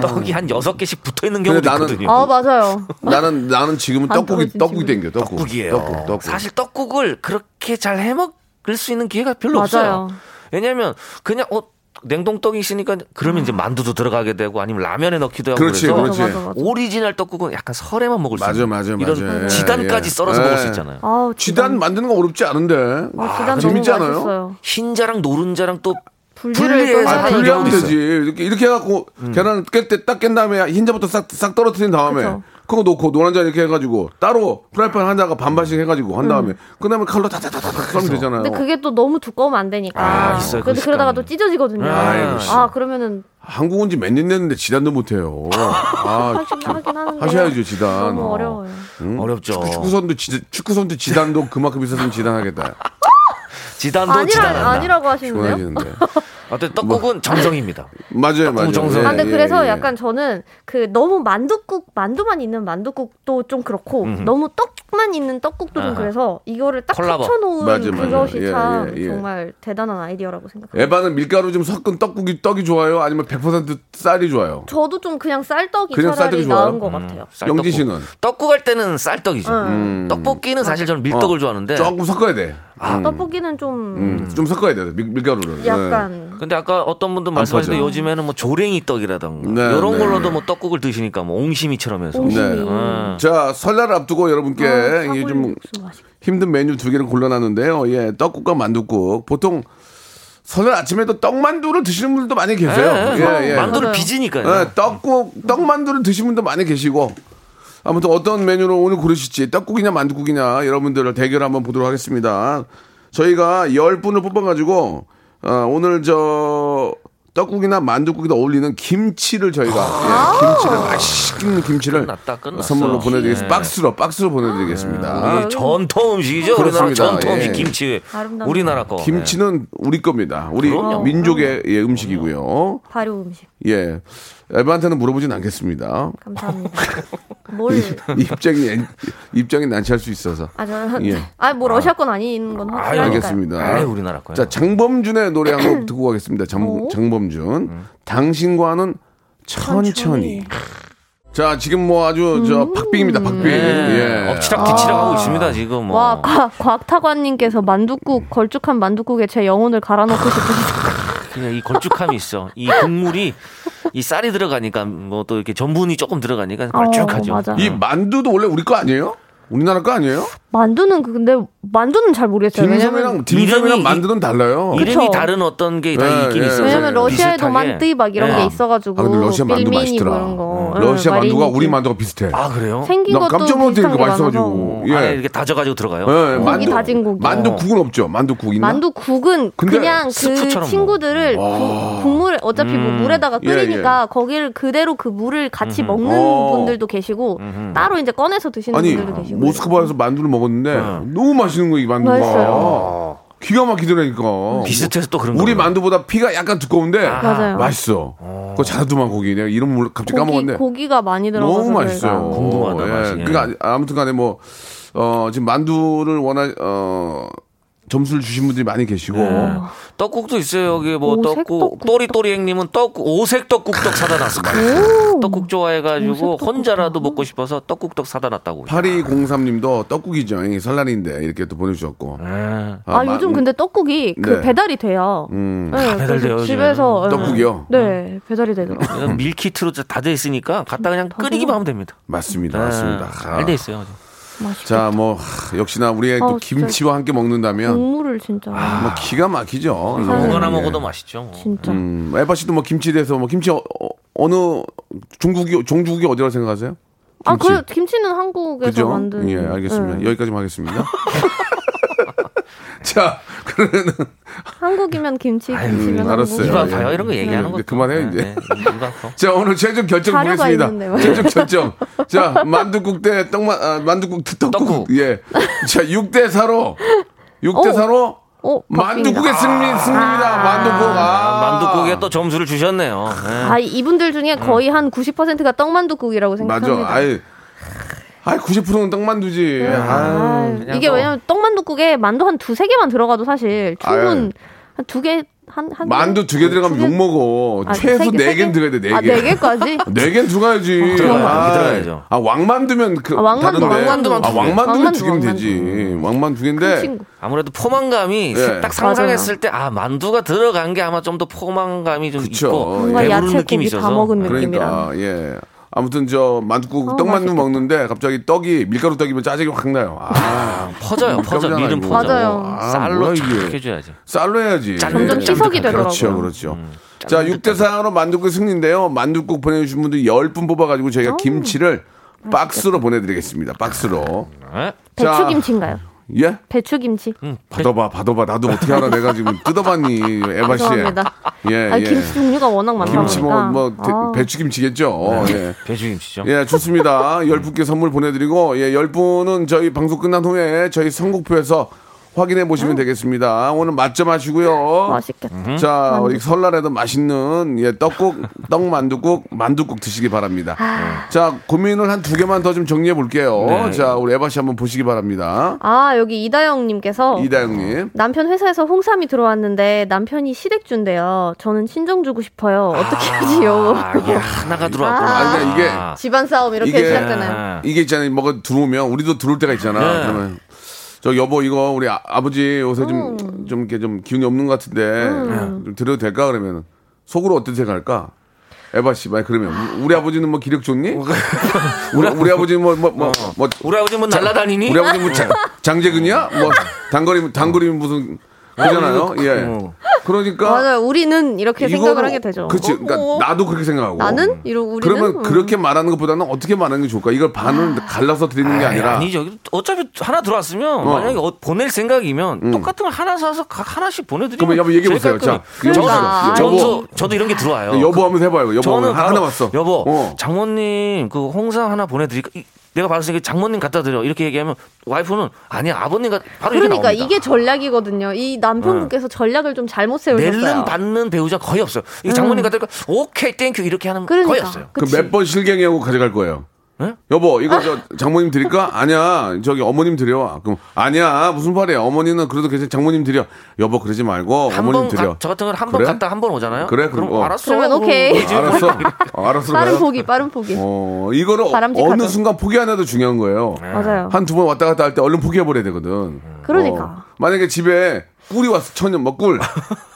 Speaker 8: 떡이 한 여섯 개씩 붙어 있는
Speaker 1: 근데
Speaker 8: 경우도
Speaker 1: 나는-
Speaker 8: 있거든요.
Speaker 9: 아, 맞아요.
Speaker 1: 나는, 나는 지금은
Speaker 9: 안
Speaker 1: 떡국이,
Speaker 9: 떨어진
Speaker 1: 떡국이
Speaker 9: 친구.
Speaker 1: 땡겨, 떡국.
Speaker 8: 떡국이에요.
Speaker 1: 떡국, 떡국.
Speaker 8: 사실 떡국을 그렇게 잘 해먹을 수 있는 기회가 별로
Speaker 9: 맞아요.
Speaker 8: 없어요. 왜냐하면 그냥 어 냉동떡이 있으니까 그러면 이제 만두도 들어가게 되고 아니면 라면에 넣기도 하고
Speaker 1: 그렇지,
Speaker 8: 래서
Speaker 1: 그렇지.
Speaker 9: 맞아, 맞아, 맞아.
Speaker 8: 오리지널 떡국은 약간 설에만 먹을 수
Speaker 1: 맞아,
Speaker 8: 있는
Speaker 1: 맞아, 맞아. 예,
Speaker 8: 이런 지단까지
Speaker 1: 예.
Speaker 8: 썰어서
Speaker 1: 예.
Speaker 8: 먹을 수 있잖아요.
Speaker 9: 아,
Speaker 1: 지단 만드는 거 어렵지 않은데.
Speaker 9: 아, 지단 너무
Speaker 1: 재밌지 않아요?
Speaker 9: 맛있어요.
Speaker 8: 흰자랑 노른자랑 또
Speaker 9: 분리를
Speaker 8: 분리해서
Speaker 1: 아,
Speaker 9: 또
Speaker 8: 분리-
Speaker 1: 분리하면
Speaker 8: 있어요. 음.
Speaker 1: 되지. 이렇게, 이렇게 해갖고, 계란 깰 때 딱 깬 다음에, 흰자부터 싹, 싹 떨어뜨린 다음에,
Speaker 9: 그쵸.
Speaker 1: 그거 놓고, 노란자 이렇게 해가지고, 따로 프라이팬 하나가 반반씩 해가지고, 한 다음에, 끝나면 칼로 다다다다닥 하면 되잖아요.
Speaker 9: 근데 그게 또 너무 두꺼우면 안 되니까.
Speaker 8: 아, 있어요, 그
Speaker 9: 근데 그러다가
Speaker 8: 식감이.
Speaker 9: 또 찢어지거든요.
Speaker 1: 아이고,
Speaker 9: 아,
Speaker 1: 진짜.
Speaker 9: 그러면은
Speaker 1: 한국 온지 몇 년 됐는데 지단도 못해요. 아,
Speaker 9: 하긴, 하긴 하는데.
Speaker 1: 하셔야죠, 지단. 아, 뭐.
Speaker 9: 너무 어려워요.
Speaker 1: 음.
Speaker 8: 어렵죠.
Speaker 1: 축구- 축구선도, 지, 축구선도 지단도 그만큼 있었으면 지단하겠다.
Speaker 8: 지단도
Speaker 9: 아니라,
Speaker 8: 지단한다.
Speaker 9: 아니라고 하시는데요?
Speaker 1: 좋아지는데.
Speaker 8: 어쨌든 떡국은
Speaker 1: 뭐.
Speaker 8: 정성입니다.
Speaker 1: 맞아요, 맞아요.
Speaker 8: 정성.
Speaker 1: 예,
Speaker 9: 아, 근데
Speaker 1: 예,
Speaker 9: 그래서
Speaker 1: 예.
Speaker 9: 약간 저는 그 너무 만두국 만두만 있는 만두국도 좀 그렇고 너무 떡만 있는 떡국도
Speaker 8: 아하.
Speaker 9: 좀 그래서 이거를 딱
Speaker 8: 콜라보.
Speaker 9: 합쳐놓은
Speaker 1: 맞아, 맞아.
Speaker 9: 그것이
Speaker 1: 예,
Speaker 9: 참
Speaker 1: 예, 예.
Speaker 9: 정말 대단한 아이디어라고 생각합니다.
Speaker 1: 에바는 밀가루 좀 섞은 떡국이 떡이 좋아요? 아니면 100% 쌀이 좋아요?
Speaker 9: 저도 좀 그냥 쌀떡이
Speaker 1: 그냥
Speaker 9: 차라리
Speaker 1: 쌀떡이 좋아요?
Speaker 9: 나은
Speaker 8: 음.
Speaker 9: 것 같아요.
Speaker 8: 쌀떡국.
Speaker 1: 영진 씨는?
Speaker 8: 떡국 할 때는 쌀떡이죠.
Speaker 9: 음.
Speaker 8: 떡볶이는 사실 저는 밀떡을
Speaker 1: 어.
Speaker 8: 좋아하는데
Speaker 1: 조금 섞어야 돼.
Speaker 9: 아, 떡볶이는 좀
Speaker 1: 음, 좀 섞어야 돼. 밀, 밀가루를. 네.
Speaker 9: 약간
Speaker 8: 근데 아까 어떤 분도 말씀하셨는데
Speaker 1: 퍼져.
Speaker 8: 요즘에는 뭐 조랭이 떡이라던가
Speaker 1: 네,
Speaker 8: 이런
Speaker 1: 네.
Speaker 8: 걸로도 뭐 떡국을 드시니까 뭐 옹심이처럼 해서
Speaker 9: 옹심이.
Speaker 1: 네.
Speaker 8: 음.
Speaker 1: 자, 설날 앞두고 여러분께
Speaker 9: 사골
Speaker 1: 이게 좀
Speaker 9: 육수 맛있-
Speaker 1: 힘든 메뉴 두 개를 골라놨는데요. 예, 떡국과 만두국. 보통 설날 아침에도 떡만두를 드시는 분들도 많이 계세요. 예, 예.
Speaker 8: 네, 뭐 만두를
Speaker 9: 맞아요.
Speaker 8: 빚으니까요.
Speaker 1: 예, 떡국, 떡만두를 드시는 분도 많이 계시고. 아무튼 어떤 메뉴로 오늘 고르실지 떡국이냐 만두국이냐 여러분들을 대결 한번 보도록 하겠습니다. 저희가 열분을 뽑아가지고 어, 오늘 저 떡국이나 만두국이나 어울리는 김치를 저희가 예, 김치를 맛있는 김치를
Speaker 8: 아. 끝났다, 끝났어.
Speaker 1: 선물로 보내드리겠습니다.
Speaker 8: 예.
Speaker 1: 박스로 박스로 보내드리겠습니다.
Speaker 8: 우리 아, 전통 음식이죠. 우리나라
Speaker 1: 그렇습니다.
Speaker 8: 전통 음식
Speaker 1: 예.
Speaker 8: 김치.
Speaker 9: 음. 아름다운
Speaker 8: 우리나라 거.
Speaker 1: 김치는 우리 겁니다. 우리
Speaker 8: 그럼요.
Speaker 1: 민족의 예, 음식이고요.
Speaker 9: 발효 음식
Speaker 1: 예. 에바한테는 물어보진 않겠습니다.
Speaker 9: 감사합니다. 뭘?
Speaker 1: 예. 입장이 엔- 입장이 난처할 수 있어서.
Speaker 9: 아 저는
Speaker 1: 예.
Speaker 9: 아뭐 러시아 건 아닌 건
Speaker 8: 아유,
Speaker 9: 확실하니까.
Speaker 1: 알겠습니다.
Speaker 8: 아유, 우리나라 거예요.
Speaker 1: 자, 장범준의 노래 한곡 듣고 가겠습니다. 장,
Speaker 9: 오.
Speaker 1: 장범준. 당신과는 천천히.
Speaker 9: 음. 천천히. 음.
Speaker 1: 자, 지금 뭐 아주 저 팍빙입니다. 팍빙.
Speaker 8: 예.
Speaker 9: 네.
Speaker 1: 예.
Speaker 8: 엎치락뒤치락 하고 있습니다, 지금.
Speaker 1: 어.
Speaker 8: 뭐.
Speaker 9: 아. 와, 과, 곽타관님께서 만두국 걸쭉한 만두국에 제 영혼을 갈아넣고 싶으시다.
Speaker 8: 그냥 이 걸쭉함이 있어. 이 국물이 이 쌀이 들어가니까 뭐 또 이렇게 전분이 조금 들어가니까 걸쭉하죠.
Speaker 9: 어, 맞아.
Speaker 1: 이 만두도 원래 우리 거 아니에요? 우리나라 거 아니에요?
Speaker 9: 만두는 그- 근데 만두는 잘 모르겠어요. 왜냐면 어,
Speaker 1: dim섬이랑 딤섬이랑
Speaker 8: 이름이-
Speaker 1: 만두는 달라요.
Speaker 8: 이름이
Speaker 9: 그쵸.
Speaker 8: 다른 어떤 게 다
Speaker 1: 어. 예,
Speaker 8: 있긴
Speaker 1: 예.
Speaker 8: 있어요.
Speaker 9: 왜냐면 러시아에도
Speaker 8: 비슷하게.
Speaker 9: 만두 막 이런
Speaker 8: 예.
Speaker 9: 게 있어가지고
Speaker 1: 아, 근데 러시아 만두
Speaker 9: 빌미니
Speaker 1: 맛있더라. 어.
Speaker 9: 뭐 이런 거. 예,
Speaker 1: 러시아 만두가
Speaker 9: 마린이지.
Speaker 1: 우리 만두가 비슷해.
Speaker 8: 아, 그래요?
Speaker 9: 생긴
Speaker 1: 나
Speaker 9: 것도
Speaker 1: 깜짝 놀랐더니
Speaker 9: 비슷한
Speaker 1: 그
Speaker 9: 게 많아서. 아,
Speaker 1: 맛있어가지고.
Speaker 8: 안에
Speaker 1: 예.
Speaker 8: 이렇게 다져가지고 들어가요.
Speaker 1: 예,
Speaker 9: 고기 다진 고기.
Speaker 1: 만두국은 없죠. 만두국 있나?
Speaker 9: 만두국은
Speaker 1: 근데 뭐.
Speaker 9: 그냥 그
Speaker 8: 스프처럼
Speaker 9: 친구들을 구- 국물을 어차피 뭐 물에다가
Speaker 1: 예, 예.
Speaker 9: 끓이니까 거기를 그대로 그 물을 같이 먹는
Speaker 1: 어.
Speaker 9: 분들도 계시고 따로 이제 꺼내서 드시는
Speaker 1: 아니
Speaker 9: 분들도 계시고
Speaker 1: 모스크바에서 만두를 먹었는데 너무 맛있는 거이 만두가
Speaker 9: 맛있어요.
Speaker 1: 기가 막히더라니까
Speaker 8: 어, 비슷해서 또 그런
Speaker 1: 우리
Speaker 8: 거예요.
Speaker 1: 만두보다 피가 약간 두꺼운데
Speaker 9: 맞아요.
Speaker 1: 맛있어 그거 자두만 고기 내가 이름 몰라 갑자기
Speaker 9: 고기,
Speaker 1: 까먹었네
Speaker 9: 고기가 많이 들어가서
Speaker 1: 너무 맛있어요 예.
Speaker 9: 저희가.
Speaker 8: 궁금하다, 맛이.
Speaker 1: 그러니까 아무튼간에 뭐 어, 지금 만두를 원하 어 점수를 주신 분들이 많이 계시고
Speaker 8: 떡국도 있어요. 여기 뭐
Speaker 1: 오색
Speaker 8: 떡국 또리또리행님은 떡 오색 떡국떡 사다 놨습니다.
Speaker 9: 그
Speaker 8: 떡국 좋아해가지고 혼자라도 먹고 싶어서 떡국떡 사다 놨다고.
Speaker 1: 8203님도 떡국이죠. 이 설날인데 이렇게 또 보내주셨고.
Speaker 8: 예.
Speaker 1: 마-
Speaker 9: 아, 요즘 근데 떡국이 그
Speaker 1: 네.
Speaker 9: 배달이 돼요.
Speaker 1: 음.
Speaker 9: 네, 그래서 집에서 네.
Speaker 1: 떡국이요. 음.
Speaker 9: 네, 배달이 되더라고요.
Speaker 8: 이건 밀키트로 다 돼 있으니까 갖다 그냥 끓이기만 하면 됩니다. 예.
Speaker 1: 맞습니다,
Speaker 8: 네.
Speaker 1: 맞습니다. 아.
Speaker 8: 잘돼 있어요.
Speaker 1: 자, 뭐 하, 역시나 우리의 또
Speaker 9: 아우, 진짜.
Speaker 1: 김치와 함께 먹는다면
Speaker 9: 국물을 진짜.
Speaker 1: 뭐 기가 막히죠. 예,
Speaker 8: 뭐거나
Speaker 1: 예.
Speaker 8: 음, 먹어도 맛있죠. 뭐.
Speaker 9: 진짜.
Speaker 1: 음, 에바 씨도 뭐 김치 돼서 뭐 김치 어, 느 중국이 종국이 어디라고 생각하세요?
Speaker 9: 아, 그 김치는 한국에서 만든.
Speaker 1: 예, 알겠습니다.
Speaker 9: 네.
Speaker 1: 여기까지만 하겠습니다. 자, 그러면은
Speaker 9: 한국이면 김치,
Speaker 1: 음,
Speaker 9: 김치면
Speaker 1: 알았어요.
Speaker 8: 이거
Speaker 9: 한국.
Speaker 8: 봐요. 이런 거 얘기하는
Speaker 1: 네,
Speaker 8: 것도.
Speaker 1: 그만해요 이제.
Speaker 8: 누가 더.
Speaker 1: 자, 오늘 최종 결정
Speaker 9: 자료가
Speaker 1: 보겠습니다.
Speaker 9: 있는데, 뭐.
Speaker 1: 최종 결정. 자, 만두국 대 떡만 아, 만두국 대 떡국. 예. 자, 6대 4로 6대
Speaker 9: 오.
Speaker 1: 4로
Speaker 9: 오,
Speaker 1: 만두국의 승리 승리입니다. 만두국. 아.
Speaker 8: 만두국에 또 점수를 주셨네요. 네.
Speaker 9: 아, 이분들 중에 거의 한 90%가 떡만둣국이라고 생각합니다.
Speaker 1: 음. 맞아. 아이. 아이 90%는 떡만두지. 아.
Speaker 9: 아유, 이게 왜냐면 떡만둣국에 만두 한 두세 개만 들어가도 사실 충분 한 두 개, 한, 한.
Speaker 1: 만두 두 개 들어가면
Speaker 9: 두 개?
Speaker 1: 욕 먹어.
Speaker 9: 아,
Speaker 1: 최소
Speaker 9: 세 개,
Speaker 1: 네
Speaker 9: 세 개?
Speaker 1: 개는 들어야 돼. 네
Speaker 9: 아,
Speaker 1: 개.
Speaker 9: 네 개까지?
Speaker 1: 네 개는 들어가야지.
Speaker 8: 들어가요.
Speaker 1: 아,
Speaker 8: 들어가야죠.
Speaker 1: 아, 왕만두면 그
Speaker 9: 아, 왕만두,
Speaker 1: 다른데.
Speaker 9: 왕만두만
Speaker 1: 아,
Speaker 9: 두 개.
Speaker 1: 왕만두면
Speaker 9: 왕만두,
Speaker 1: 두 개면 되지. 왕만 두 개인데.
Speaker 9: 친구.
Speaker 8: 아무래도 포만감이
Speaker 1: 예.
Speaker 8: 딱 상상했을 때 아 만두가 들어간 게 아마 좀 더 포만감이 좀
Speaker 1: 그쵸. 예.
Speaker 8: 있고
Speaker 1: 뭔가
Speaker 8: 배부른
Speaker 9: 야채
Speaker 8: 느낌이
Speaker 9: 고기 다
Speaker 8: 있어서 네.
Speaker 9: 먹은 느낌.
Speaker 1: 그러니까 예. 아무튼 저 만두국
Speaker 9: 어,
Speaker 1: 떡만두
Speaker 9: 맛있겠다.
Speaker 1: 먹는데 갑자기 떡이 밀가루 떡이면 짜증이 확 나요. 아,
Speaker 8: 퍼져요, 퍼져,
Speaker 1: 깜짝이야,
Speaker 8: 미름
Speaker 1: 이거.
Speaker 8: 퍼져.
Speaker 9: 맞아요.
Speaker 1: 아, 뭐야,
Speaker 8: 쌀로 쫙
Speaker 1: 이게.
Speaker 8: 해줘야지.
Speaker 1: 쌀로 해야지.
Speaker 9: 점점 희석이
Speaker 1: 그렇죠,
Speaker 9: 되더라고요.
Speaker 1: 그렇죠. 자, 6대 4로 만두국 승리인데요. 만두국 보내주신 분들 10분 뽑아가지고 저희가
Speaker 9: 어.
Speaker 1: 김치를 박스로 보내드리겠습니다. 박스로.
Speaker 8: 네?
Speaker 9: 배추김치인가요?
Speaker 1: 예?
Speaker 9: 배추김치.
Speaker 1: 받아봐, 받아봐. 나도 어떻게 알아? 내가 지금 뜯어봤니, 에바 씨.
Speaker 9: 죄송합니다.
Speaker 1: 예,
Speaker 9: 아,
Speaker 1: 예.
Speaker 9: 김치 종류가 워낙 많다
Speaker 1: 김치 뭐,
Speaker 9: 보니까.
Speaker 1: 뭐 대-
Speaker 9: 아.
Speaker 1: 배추김치겠죠. 어, 예.
Speaker 8: 배추김치죠.
Speaker 1: 예, 좋습니다. 열 분께 선물 보내드리고, 예, 열 분은 저희 방송 끝난 후에 저희 선곡표에서 확인해 보시면 되겠습니다. 오늘 맛점 하시고요.
Speaker 9: 어? 맛있겠다.
Speaker 1: 자, 우리 설날에도 맛있는 예, 떡국, 떡만두국, 만두국 드시기 바랍니다.
Speaker 9: 아.
Speaker 1: 예. 자, 고민을 한 두 개만 더 좀 정리해 볼게요. 자, 우리 에바 씨 한번 보시기 바랍니다.
Speaker 9: 아, 여기 이다영님께서.
Speaker 1: 이다영님.
Speaker 9: 남편 회사에서 홍삼이 들어왔는데 남편이 시댁주인데요. 저는 친정 주고 싶어요. 어떻게 하지요?
Speaker 8: 아, 이게 하나가 들어왔구나.
Speaker 1: 아, 그러니까 이게
Speaker 9: 집안 싸움 이렇게
Speaker 1: 이게-
Speaker 9: 시작되나요?
Speaker 1: 이게 있잖아요. 뭐가 들어오면 우리도 들어올 때가 있잖아.
Speaker 8: 네.
Speaker 1: 그러면 저 여보 이거 우리 아, 아버지 요새 좀 좀
Speaker 9: 음.
Speaker 1: 이렇게 좀 기운이 없는 것 같은데 좀 드려도 될까 그러면 속으로 어떤 생각할까? 에바 씨, 만약 그러면 우- 우리 아버지는 뭐 기력 좋니? 우리, 우리 아버지 뭐뭐뭐 뭐, 뭐-
Speaker 8: 우리 아버지 뭐 날라다니니?
Speaker 1: 우리 아버지 뭐 장, 장재근이야? 뭐 단거리 단거리 무슨 그잖아요. 예. 그러니까
Speaker 9: 맞아요. 우리는 이렇게 생각을
Speaker 1: 이거는-
Speaker 9: 하게 되죠.
Speaker 1: 그치. 그러니까
Speaker 9: 어, 어.
Speaker 1: 나도 그렇게 생각하고.
Speaker 9: 나는? 이러- 우리는?
Speaker 1: 그러면
Speaker 9: 음.
Speaker 1: 그렇게 말하는 것보다는 어떻게 말하는 게 좋을까? 이걸 반을 갈라서 드리는 게 아니라.
Speaker 8: 아니죠. 어차피 하나 들어왔으면 만약에 어- 보낼 생각이면 똑같은 걸 하나 사서 각 하나씩 보내드리면.
Speaker 1: 음. 그러면 여보 얘기해 보세요. 자,
Speaker 8: 저희
Speaker 1: 얘기해
Speaker 8: 깔끔히.
Speaker 1: 보세요.
Speaker 9: 그러니까.
Speaker 8: 저,
Speaker 1: 여보, 네,
Speaker 8: 저, 저도 이런 게 들어와요.
Speaker 1: 여보 한번 해봐요. 여보
Speaker 8: 저는
Speaker 1: 하나
Speaker 8: 바로,
Speaker 1: 남았어.
Speaker 8: 여보,
Speaker 1: 어.
Speaker 8: 장모님 그 홍삼 하나 보내드릴까? 이- 내가 받았으니까 장모님 갖다 드려. 이렇게 얘기하면 와이프는 아니야 아버님가 바로 이렇게
Speaker 9: 그러니까
Speaker 8: 나옵니다.
Speaker 9: 이게 전략이거든요. 이 남편분께서 전략을 좀 잘못 세우셨어요.
Speaker 8: 어.
Speaker 9: 음.
Speaker 8: 낼름 받는 배우자 거의 없어요. 이 장모님 갖다 드릴까? 오케이 땡큐 이렇게 하는 거
Speaker 9: 그러니까.
Speaker 8: 거의 없어요.
Speaker 1: 그 몇 번 실갱이하고 가져갈 거예요.
Speaker 8: 예?
Speaker 1: 여보, 이거 저 장모님 드릴까? 아니야, 저기 어머님 드려. 그럼 아니야, 무슨 말이야? 어머니는 그래도 괜찮. 장모님 드려. 여보 그러지 말고
Speaker 8: 한
Speaker 1: 어머님
Speaker 8: 번,
Speaker 1: 드려.
Speaker 8: 가- 저 같은 걸 한 번
Speaker 1: 그래?
Speaker 8: 갔다 한 번 오잖아요.
Speaker 1: 그래, 그럼
Speaker 8: 그럼
Speaker 1: 어.
Speaker 8: 알았어.
Speaker 9: 그러면
Speaker 8: 그럼
Speaker 9: 오케이.
Speaker 8: 우리 집-
Speaker 1: 알았어, 어, 알았어.
Speaker 9: 빠른
Speaker 1: 가요.
Speaker 9: 포기, 빠른 포기.
Speaker 1: 어, 이거를
Speaker 9: 바람직하죠.
Speaker 1: 어느 순간 포기 안 해도 중요한 거예요.
Speaker 9: 맞아요.
Speaker 1: 한 두 번 왔다 갔다 할 때 얼른 포기해버려야 되거든. 어,
Speaker 9: 그러니까.
Speaker 1: 만약에 집에 꿀이 왔어, 천연, 뭐 꿀. 꿀,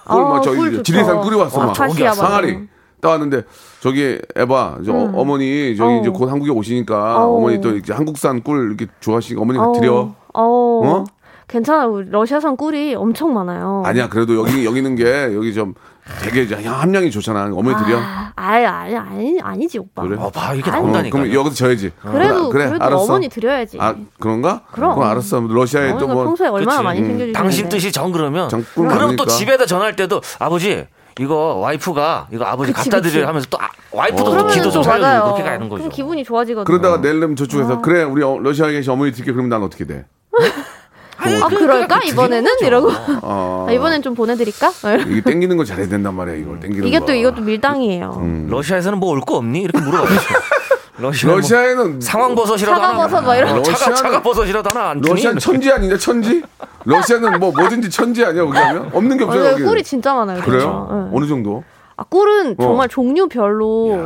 Speaker 9: 아,
Speaker 1: 막
Speaker 9: 꿀
Speaker 1: 저기,
Speaker 9: 좋죠.
Speaker 1: 지리산 꿀이 왔어,
Speaker 9: 아,
Speaker 1: 막.
Speaker 9: 아카시아 맞아.
Speaker 1: 항아리. 따왔는데, 저기, 에바, 저 어- 어머니, 저기
Speaker 9: 어우.
Speaker 1: 이제 곧 한국에 오시니까,
Speaker 9: 어우.
Speaker 1: 어머니또 이렇게 한국산 꿀 이렇게 좋아하시니까 어머니
Speaker 9: 어우,
Speaker 1: 드려.
Speaker 9: 어우.
Speaker 1: 어?
Speaker 9: 괜찮아요. 우리 러시아산 꿀이 엄청 많아요.
Speaker 1: 아니야, 그래도 여기, 여기 있는 게, 여기 좀 되게 이제 함량이 좋잖아. 어머니 드려.
Speaker 9: 아, 아니, 아니, 아니, 아니지, 오빠.
Speaker 1: 그래?
Speaker 8: 어, 봐 이게
Speaker 1: 어,
Speaker 8: 나온다니까.
Speaker 1: 그럼 여기서 져야지.
Speaker 9: 그래도,
Speaker 1: 그래,
Speaker 9: 그래, 도
Speaker 1: 알았어.
Speaker 9: 어머니 드려야지.
Speaker 1: 아, 그런가?
Speaker 9: 그럼.
Speaker 1: 그럼 알았어. 러시아에
Speaker 9: 어머니가
Speaker 1: 또 뭐.
Speaker 9: 평소에 얼마나
Speaker 8: 그치.
Speaker 9: 많이 챙겨주시는데.
Speaker 8: 당신 뜻이 정 그러면
Speaker 1: 정 꿀
Speaker 8: 그럼 또
Speaker 1: 많으니까.
Speaker 8: 집에다 전화할 때도 아버지 이거 와이프가 이거 아버지
Speaker 9: 그치,
Speaker 8: 갖다
Speaker 9: 그치. 어.
Speaker 8: 드려 하면서 또 아, 와이프도
Speaker 1: 그러면은
Speaker 8: 기도 좀
Speaker 1: 또
Speaker 8: 살려주고
Speaker 9: 맞아요.
Speaker 8: 그렇게 가는 거죠.
Speaker 9: 그럼 기분이 좋아지거든요.
Speaker 1: 그러다가 낼름 저쪽에서 그래 우리 어- 러시아에 계신 어머니 드릴게 그럼 난 어떻게 돼?
Speaker 9: 아,
Speaker 8: 그러니까
Speaker 9: 그럴까? 이번에는? 이러고.
Speaker 1: 뭐 어,
Speaker 9: 아, 이번엔 좀 보내드릴까?
Speaker 1: 이게 땡기는 걸 잘해야 된단 말이야 음. 이걸 땡기는
Speaker 9: 이게
Speaker 1: 거.
Speaker 9: 또, 이것도 밀당이에요.
Speaker 8: 러시아에서는 뭐 올 거 없니? 이렇게 물어봐요. 러시아 뭐
Speaker 1: 러시아에는
Speaker 8: 상황버섯이라도
Speaker 9: 차가버섯
Speaker 8: 하나.
Speaker 9: 막 이런
Speaker 1: 러시아는-
Speaker 8: 차가 차가버섯이라도 하나 안 주니?
Speaker 1: 러시아 천지 아니냐 천지? 러시아는 뭐 뭐든지 천지 아니야 거기 하면? 없는 게 없어요.
Speaker 9: 맞아요.
Speaker 1: 거기.
Speaker 9: 꿀이 진짜 많아요.
Speaker 1: 그래요?
Speaker 9: 그렇죠? 예.
Speaker 1: 어느 정도?
Speaker 9: 아, 꿀은
Speaker 1: 어.
Speaker 9: 정말 종류별로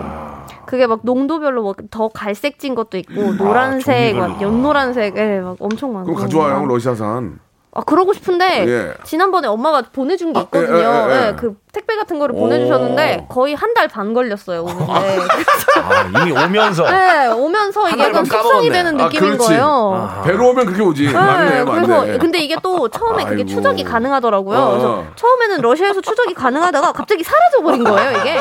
Speaker 9: 그게 막 농도별로 막 더 갈색진 것도 있고 노란색,
Speaker 1: 음. 아, 종류별로.
Speaker 9: 막 연노란색, 예, 막 엄청 많아요.
Speaker 1: 그럼
Speaker 9: 네.
Speaker 1: 가져와요 러시아산.
Speaker 9: 아 그러고 싶은데
Speaker 1: 예.
Speaker 9: 지난번에 엄마가 보내준 게
Speaker 1: 예,
Speaker 9: 있거든요.
Speaker 1: 예, 예, 예.
Speaker 9: 예, 그 택배 같은 거를
Speaker 1: 오.
Speaker 9: 보내주셨는데 거의 한 달 반 걸렸어요 오는데.
Speaker 10: 아, 이미 오면서.
Speaker 9: 네, 오면서 이게 약간 숙성이 되는 느낌인 거예요.
Speaker 1: 아, 배로 오면 그렇게 오지.
Speaker 9: 네,
Speaker 1: 아, 맞네, 맞네.
Speaker 9: 그래서 근데 이게 또 처음에 그게
Speaker 1: 아이고.
Speaker 9: 추적이 가능하더라고요.
Speaker 1: 어.
Speaker 9: 그래서 처음에는 러시아에서 추적이 가능하다가 갑자기 사라져 버린 거예요 이게.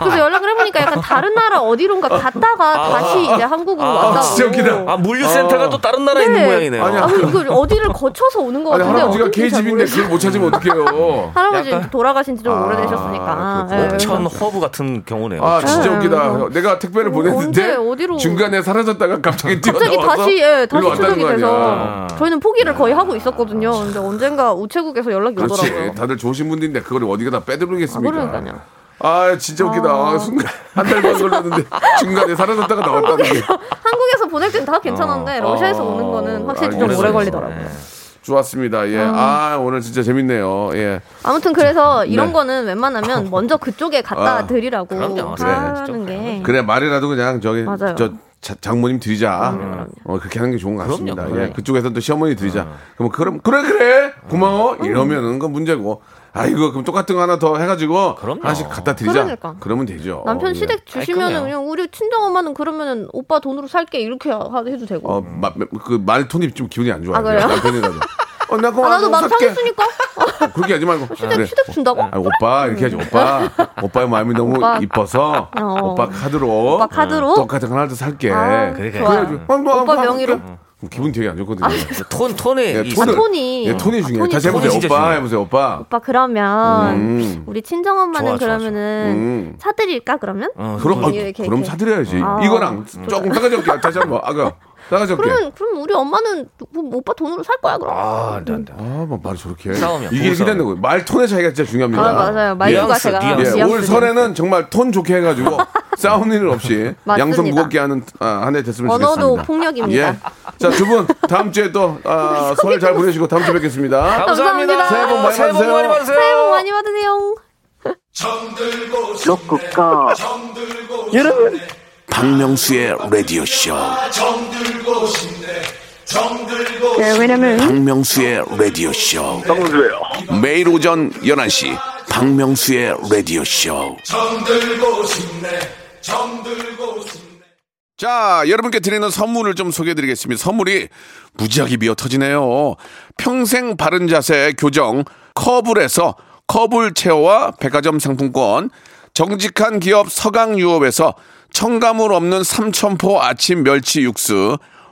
Speaker 9: 그래서 연락을 해보니까 약간 다른 나라 어디론가 갔다가 다시 이제 한국으로 왔다고.
Speaker 8: 진짜 웃기다. 아,
Speaker 1: 어.
Speaker 8: 물류센터가 또 다른 나라에 있는 모양이네요.
Speaker 9: 아니, 아, 이거 어디를 거쳐서 오는 거
Speaker 1: 아니
Speaker 9: 같은데
Speaker 1: 할아버지가
Speaker 9: 어딘지 잘
Speaker 1: 개집인데
Speaker 9: 모르겠어요.
Speaker 1: 그걸 못 찾으면 어떡해요.
Speaker 9: 할아버지 돌아가신 지 좀 오래되셨으니까. 예.
Speaker 8: 천 허브 같은 경우네요.
Speaker 1: 아 진짜
Speaker 9: 네, 어,
Speaker 1: 웃기다. 내가 택배를 보냈는데
Speaker 9: 언제, 어디로?
Speaker 1: 중간에 사라졌다가 갑자기
Speaker 9: 갑자기
Speaker 1: 뛰어나와서
Speaker 9: 다시 예, 다시
Speaker 1: 일로 왔다는
Speaker 9: 추적이
Speaker 1: 거 아니야.
Speaker 9: 돼서 저희는 포기를 거의 하고 있었거든요. 근데 언젠가 우체국에서 연락이 오더라고요.
Speaker 1: 그렇지. 그러니까. 다들 좋으신 분들인데 그걸 어디가 다 빼들겠습니까?
Speaker 9: 아, 그러니까요.
Speaker 1: 아, 진짜 웃기다. 아, 순간 한 달 반 걸렸는데 중간에 사라졌다가 나왔다는 게.
Speaker 9: 한국에서 보낼 때는 다 괜찮은데
Speaker 1: 어,
Speaker 9: 러시아에서 오는 거는 확실히 좀 오래 걸리더라고요.
Speaker 1: 네. 좋았습니다. 예. 아, 오늘 진짜 재밌네요. 예.
Speaker 9: 아무튼 그래서 이런
Speaker 1: 네.
Speaker 9: 거는 웬만하면 먼저 그쪽에 갖다
Speaker 1: 아,
Speaker 9: 드리라고
Speaker 1: 그럼요. 그래,
Speaker 9: 하는 게
Speaker 1: 그래 말이라도 그냥 저기
Speaker 9: 맞아요. 음.
Speaker 1: 저 자- 장모님 드리자. 어, 그렇게 하는 게 좋은 것 같습니다.
Speaker 9: 네.
Speaker 1: 예. 그쪽에서는 또 시어머니 드리자. 그럼 그럼 그래 그래 고마워 이러면은 그 문제고. 아 이거 그럼 똑같은 거 하나 더 해가지고 하나씩 갖다 드리자.
Speaker 9: 그러니까.
Speaker 1: 그러면 되죠.
Speaker 9: 남편
Speaker 1: 예.
Speaker 9: 시댁 주시면은 그냥 우리 친정 엄마는 그러면은 오빠 돈으로 살게 이렇게 하- 해도 되고.
Speaker 1: 어, 마- 그 말 톤이 좀 기분이 안 좋아요.
Speaker 9: 음. 아, 그래요?
Speaker 1: 남편이라도. 어, 나
Speaker 9: 아,
Speaker 1: 그거
Speaker 9: 나도 막
Speaker 1: 살게.
Speaker 9: 상했으니까
Speaker 1: 어, 그렇게 하지 말고.
Speaker 9: 시댁 시댁 준다고?
Speaker 1: 아, 오빠 이렇게 하지 오빠 오빠의 마음이 너무
Speaker 9: 오빠.
Speaker 1: 이뻐서
Speaker 9: 어.
Speaker 1: 오빠 카드로 음.
Speaker 9: 오빠 카드로?
Speaker 1: 똑같은 거 하나 더 살게
Speaker 9: 아,
Speaker 1: 그래 어,
Speaker 9: 좋아요. 오빠 명의로?
Speaker 1: 음. 기분 되게 안 좋거든요
Speaker 8: 톤 톤이
Speaker 1: 예,
Speaker 8: 있-
Speaker 1: 톤을-
Speaker 9: 아, 톤이.
Speaker 1: 예, 톤이
Speaker 9: 아,
Speaker 1: 중요해요
Speaker 9: 톤이 아.
Speaker 1: 다시 해보세요
Speaker 8: 진짜
Speaker 1: 오빠
Speaker 8: 중요해요.
Speaker 1: 해보세요 오빠
Speaker 9: 오빠 그러면
Speaker 1: 음.
Speaker 9: 우리 친정
Speaker 1: 좋아,
Speaker 9: 엄마는
Speaker 1: 좋아,
Speaker 9: 그러면은
Speaker 1: 좋아. 음.
Speaker 9: 사드릴까 그러면?
Speaker 1: 그럼 아,
Speaker 9: 이렇게, 이렇게,
Speaker 1: 그럼
Speaker 9: 이렇게.
Speaker 1: 사드려야지
Speaker 9: 아.
Speaker 1: 이거랑 조금 싸가지 없게 다시 한번 아까 싸가지 없게
Speaker 9: 그러면 그럼 우리 엄마는 뭐 오빠 돈으로 살 거야 그럼?
Speaker 1: 안돼 안돼 아뭐 말이 저렇게
Speaker 8: 싸움이야,
Speaker 1: 이게
Speaker 8: 부부 싸움.
Speaker 1: 기대는 거예요 말 톤의 차이가 진짜 중요합니다
Speaker 9: 아, 맞아요. 말투가
Speaker 1: 뉘앙스,
Speaker 9: 제가
Speaker 1: 뉘앙스. 예,
Speaker 9: 뉘앙스
Speaker 1: 올 설에는 정말 톤 좋게 해가지고 싸우는 일 없이
Speaker 9: 맞습니다.
Speaker 1: 양손 무겁게 하는 아, 한해 됐으면 좋겠습니다
Speaker 9: 언어도 폭력입니다.
Speaker 1: 예. 자, 두 분 다음 주에 또 아, 설잘 보내시고 다음 주에 뵙겠습니다.
Speaker 9: 감사합니다.
Speaker 1: 새해 복 많이
Speaker 9: 새해 복
Speaker 1: 받으세요.
Speaker 9: 많이 받으세요. 새해 복 많이 받으세요.
Speaker 1: 로쿠꺼.
Speaker 6: 여러분
Speaker 2: 박명수의 라디오 쇼.
Speaker 4: 네, 왜냐면
Speaker 2: 박명수의 라디오 쇼. 박명수예요. 매일 오전 11시 박명수의 라디오 쇼.
Speaker 1: 자, 여러분께 드리는 선물을 좀 소개해 드리겠습니다. 선물이 무지하게 미어 터지네요. 평생 바른 자세 교정 커블에서 커블 체어와 백화점 상품권, 정직한 기업 서강유업에서 청가물 없는 삼천포 아침 멸치 육수,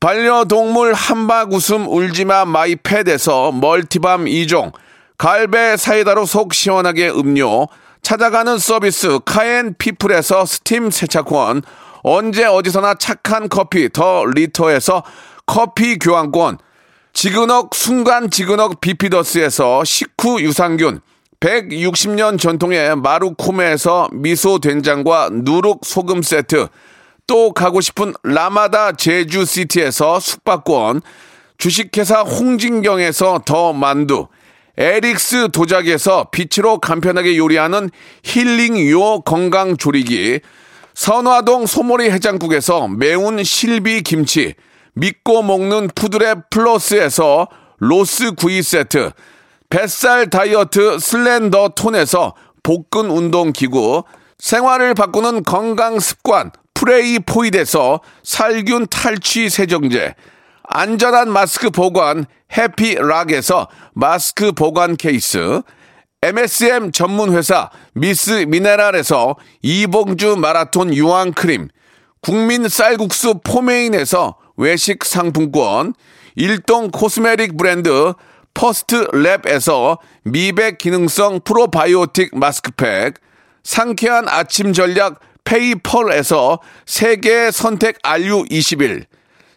Speaker 1: 반려동물 한박 웃음 울지마 마이패드에서 멀티밤 2종, 갈배 사이다로 속 시원하게 음료, 찾아가는 서비스 카엔 피플에서 스팀 세차권, 언제 어디서나 착한 커피 더 리터에서 커피 교환권, 지그넉 순간 지그넉 비피더스에서 식후 유산균, 160년 전통의 마루코메에서 미소 된장과 누룩 소금 세트, 또 가고 싶은 라마다 제주시티에서 숙박권, 주식회사 홍진경에서 더 만두, 에릭스 도자기에서 빛으로 간편하게 요리하는 힐링 요 건강 조리기, 선화동 소머리 해장국에서 매운 실비 김치, 믿고 먹는 푸드랩 플러스에서 로스 구이 세트, 뱃살 다이어트 슬렌더 톤에서 복근 운동 기구, 생활을 바꾸는 건강 습관 프레이 포이드에서 살균 탈취 세정제, 안전한 마스크 보관 해피락에서 마스크 보관 케이스, MSM 전문 회사 미스 미네랄에서 이봉주 마라톤 유황 크림, 국민 쌀국수 포메인에서 외식 상품권, 일동 코스메릭 브랜드 퍼스트 랩에서 미백 기능성 프로바이오틱 마스크팩, 상쾌한 아침 전략 페이펄에서 세계 선택 RU21,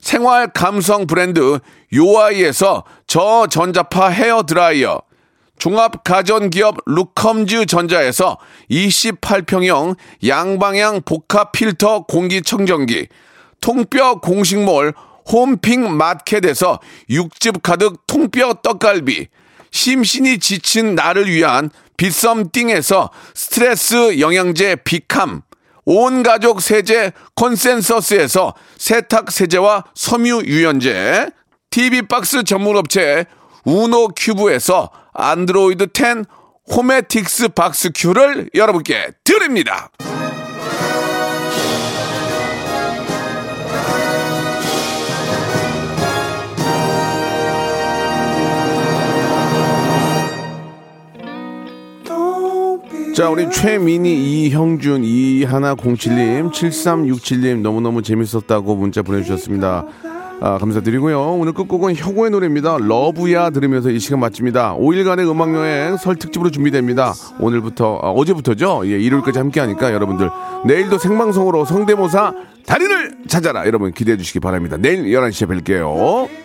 Speaker 1: 생활 감성 브랜드 요아이에서 저전자파 헤어 드라이어, 종합 가전기업 루컴즈 전자에서 28평형 양방향 복합 필터 공기청정기, 통뼈 공식몰 홈핑 마켓에서 육즙 가득 통뼈 떡갈비, 심신이 지친 나를 위한 비썸띵에서 스트레스 영양제 비캄, 온 가족 세제 컨센서스에서 세탁 세제와 섬유 유연제, TV 박스 전문 업체 우노 큐브에서 안드로이드 10 호메틱스 박스 큐를 여러분께 드립니다. 자, 우리 최민희, 이형준, 이하나공칠님, 7367님 너무너무 재밌었다고 문자 보내주셨습니다. 아, 감사드리고요. 오늘 끝곡은 혁오의 노래입니다. 러브야 들으면서 이 시간 마칩니다. 5일간의 음악여행 설 특집으로 준비됩니다. 오늘부터, 아, 어제부터죠? 예, 일요일까지 함께하니까 여러분들 내일도 생방송으로 성대모사 달인을 찾아라. 여러분 기대해 주시기 바랍니다. 내일 11시에 뵐게요.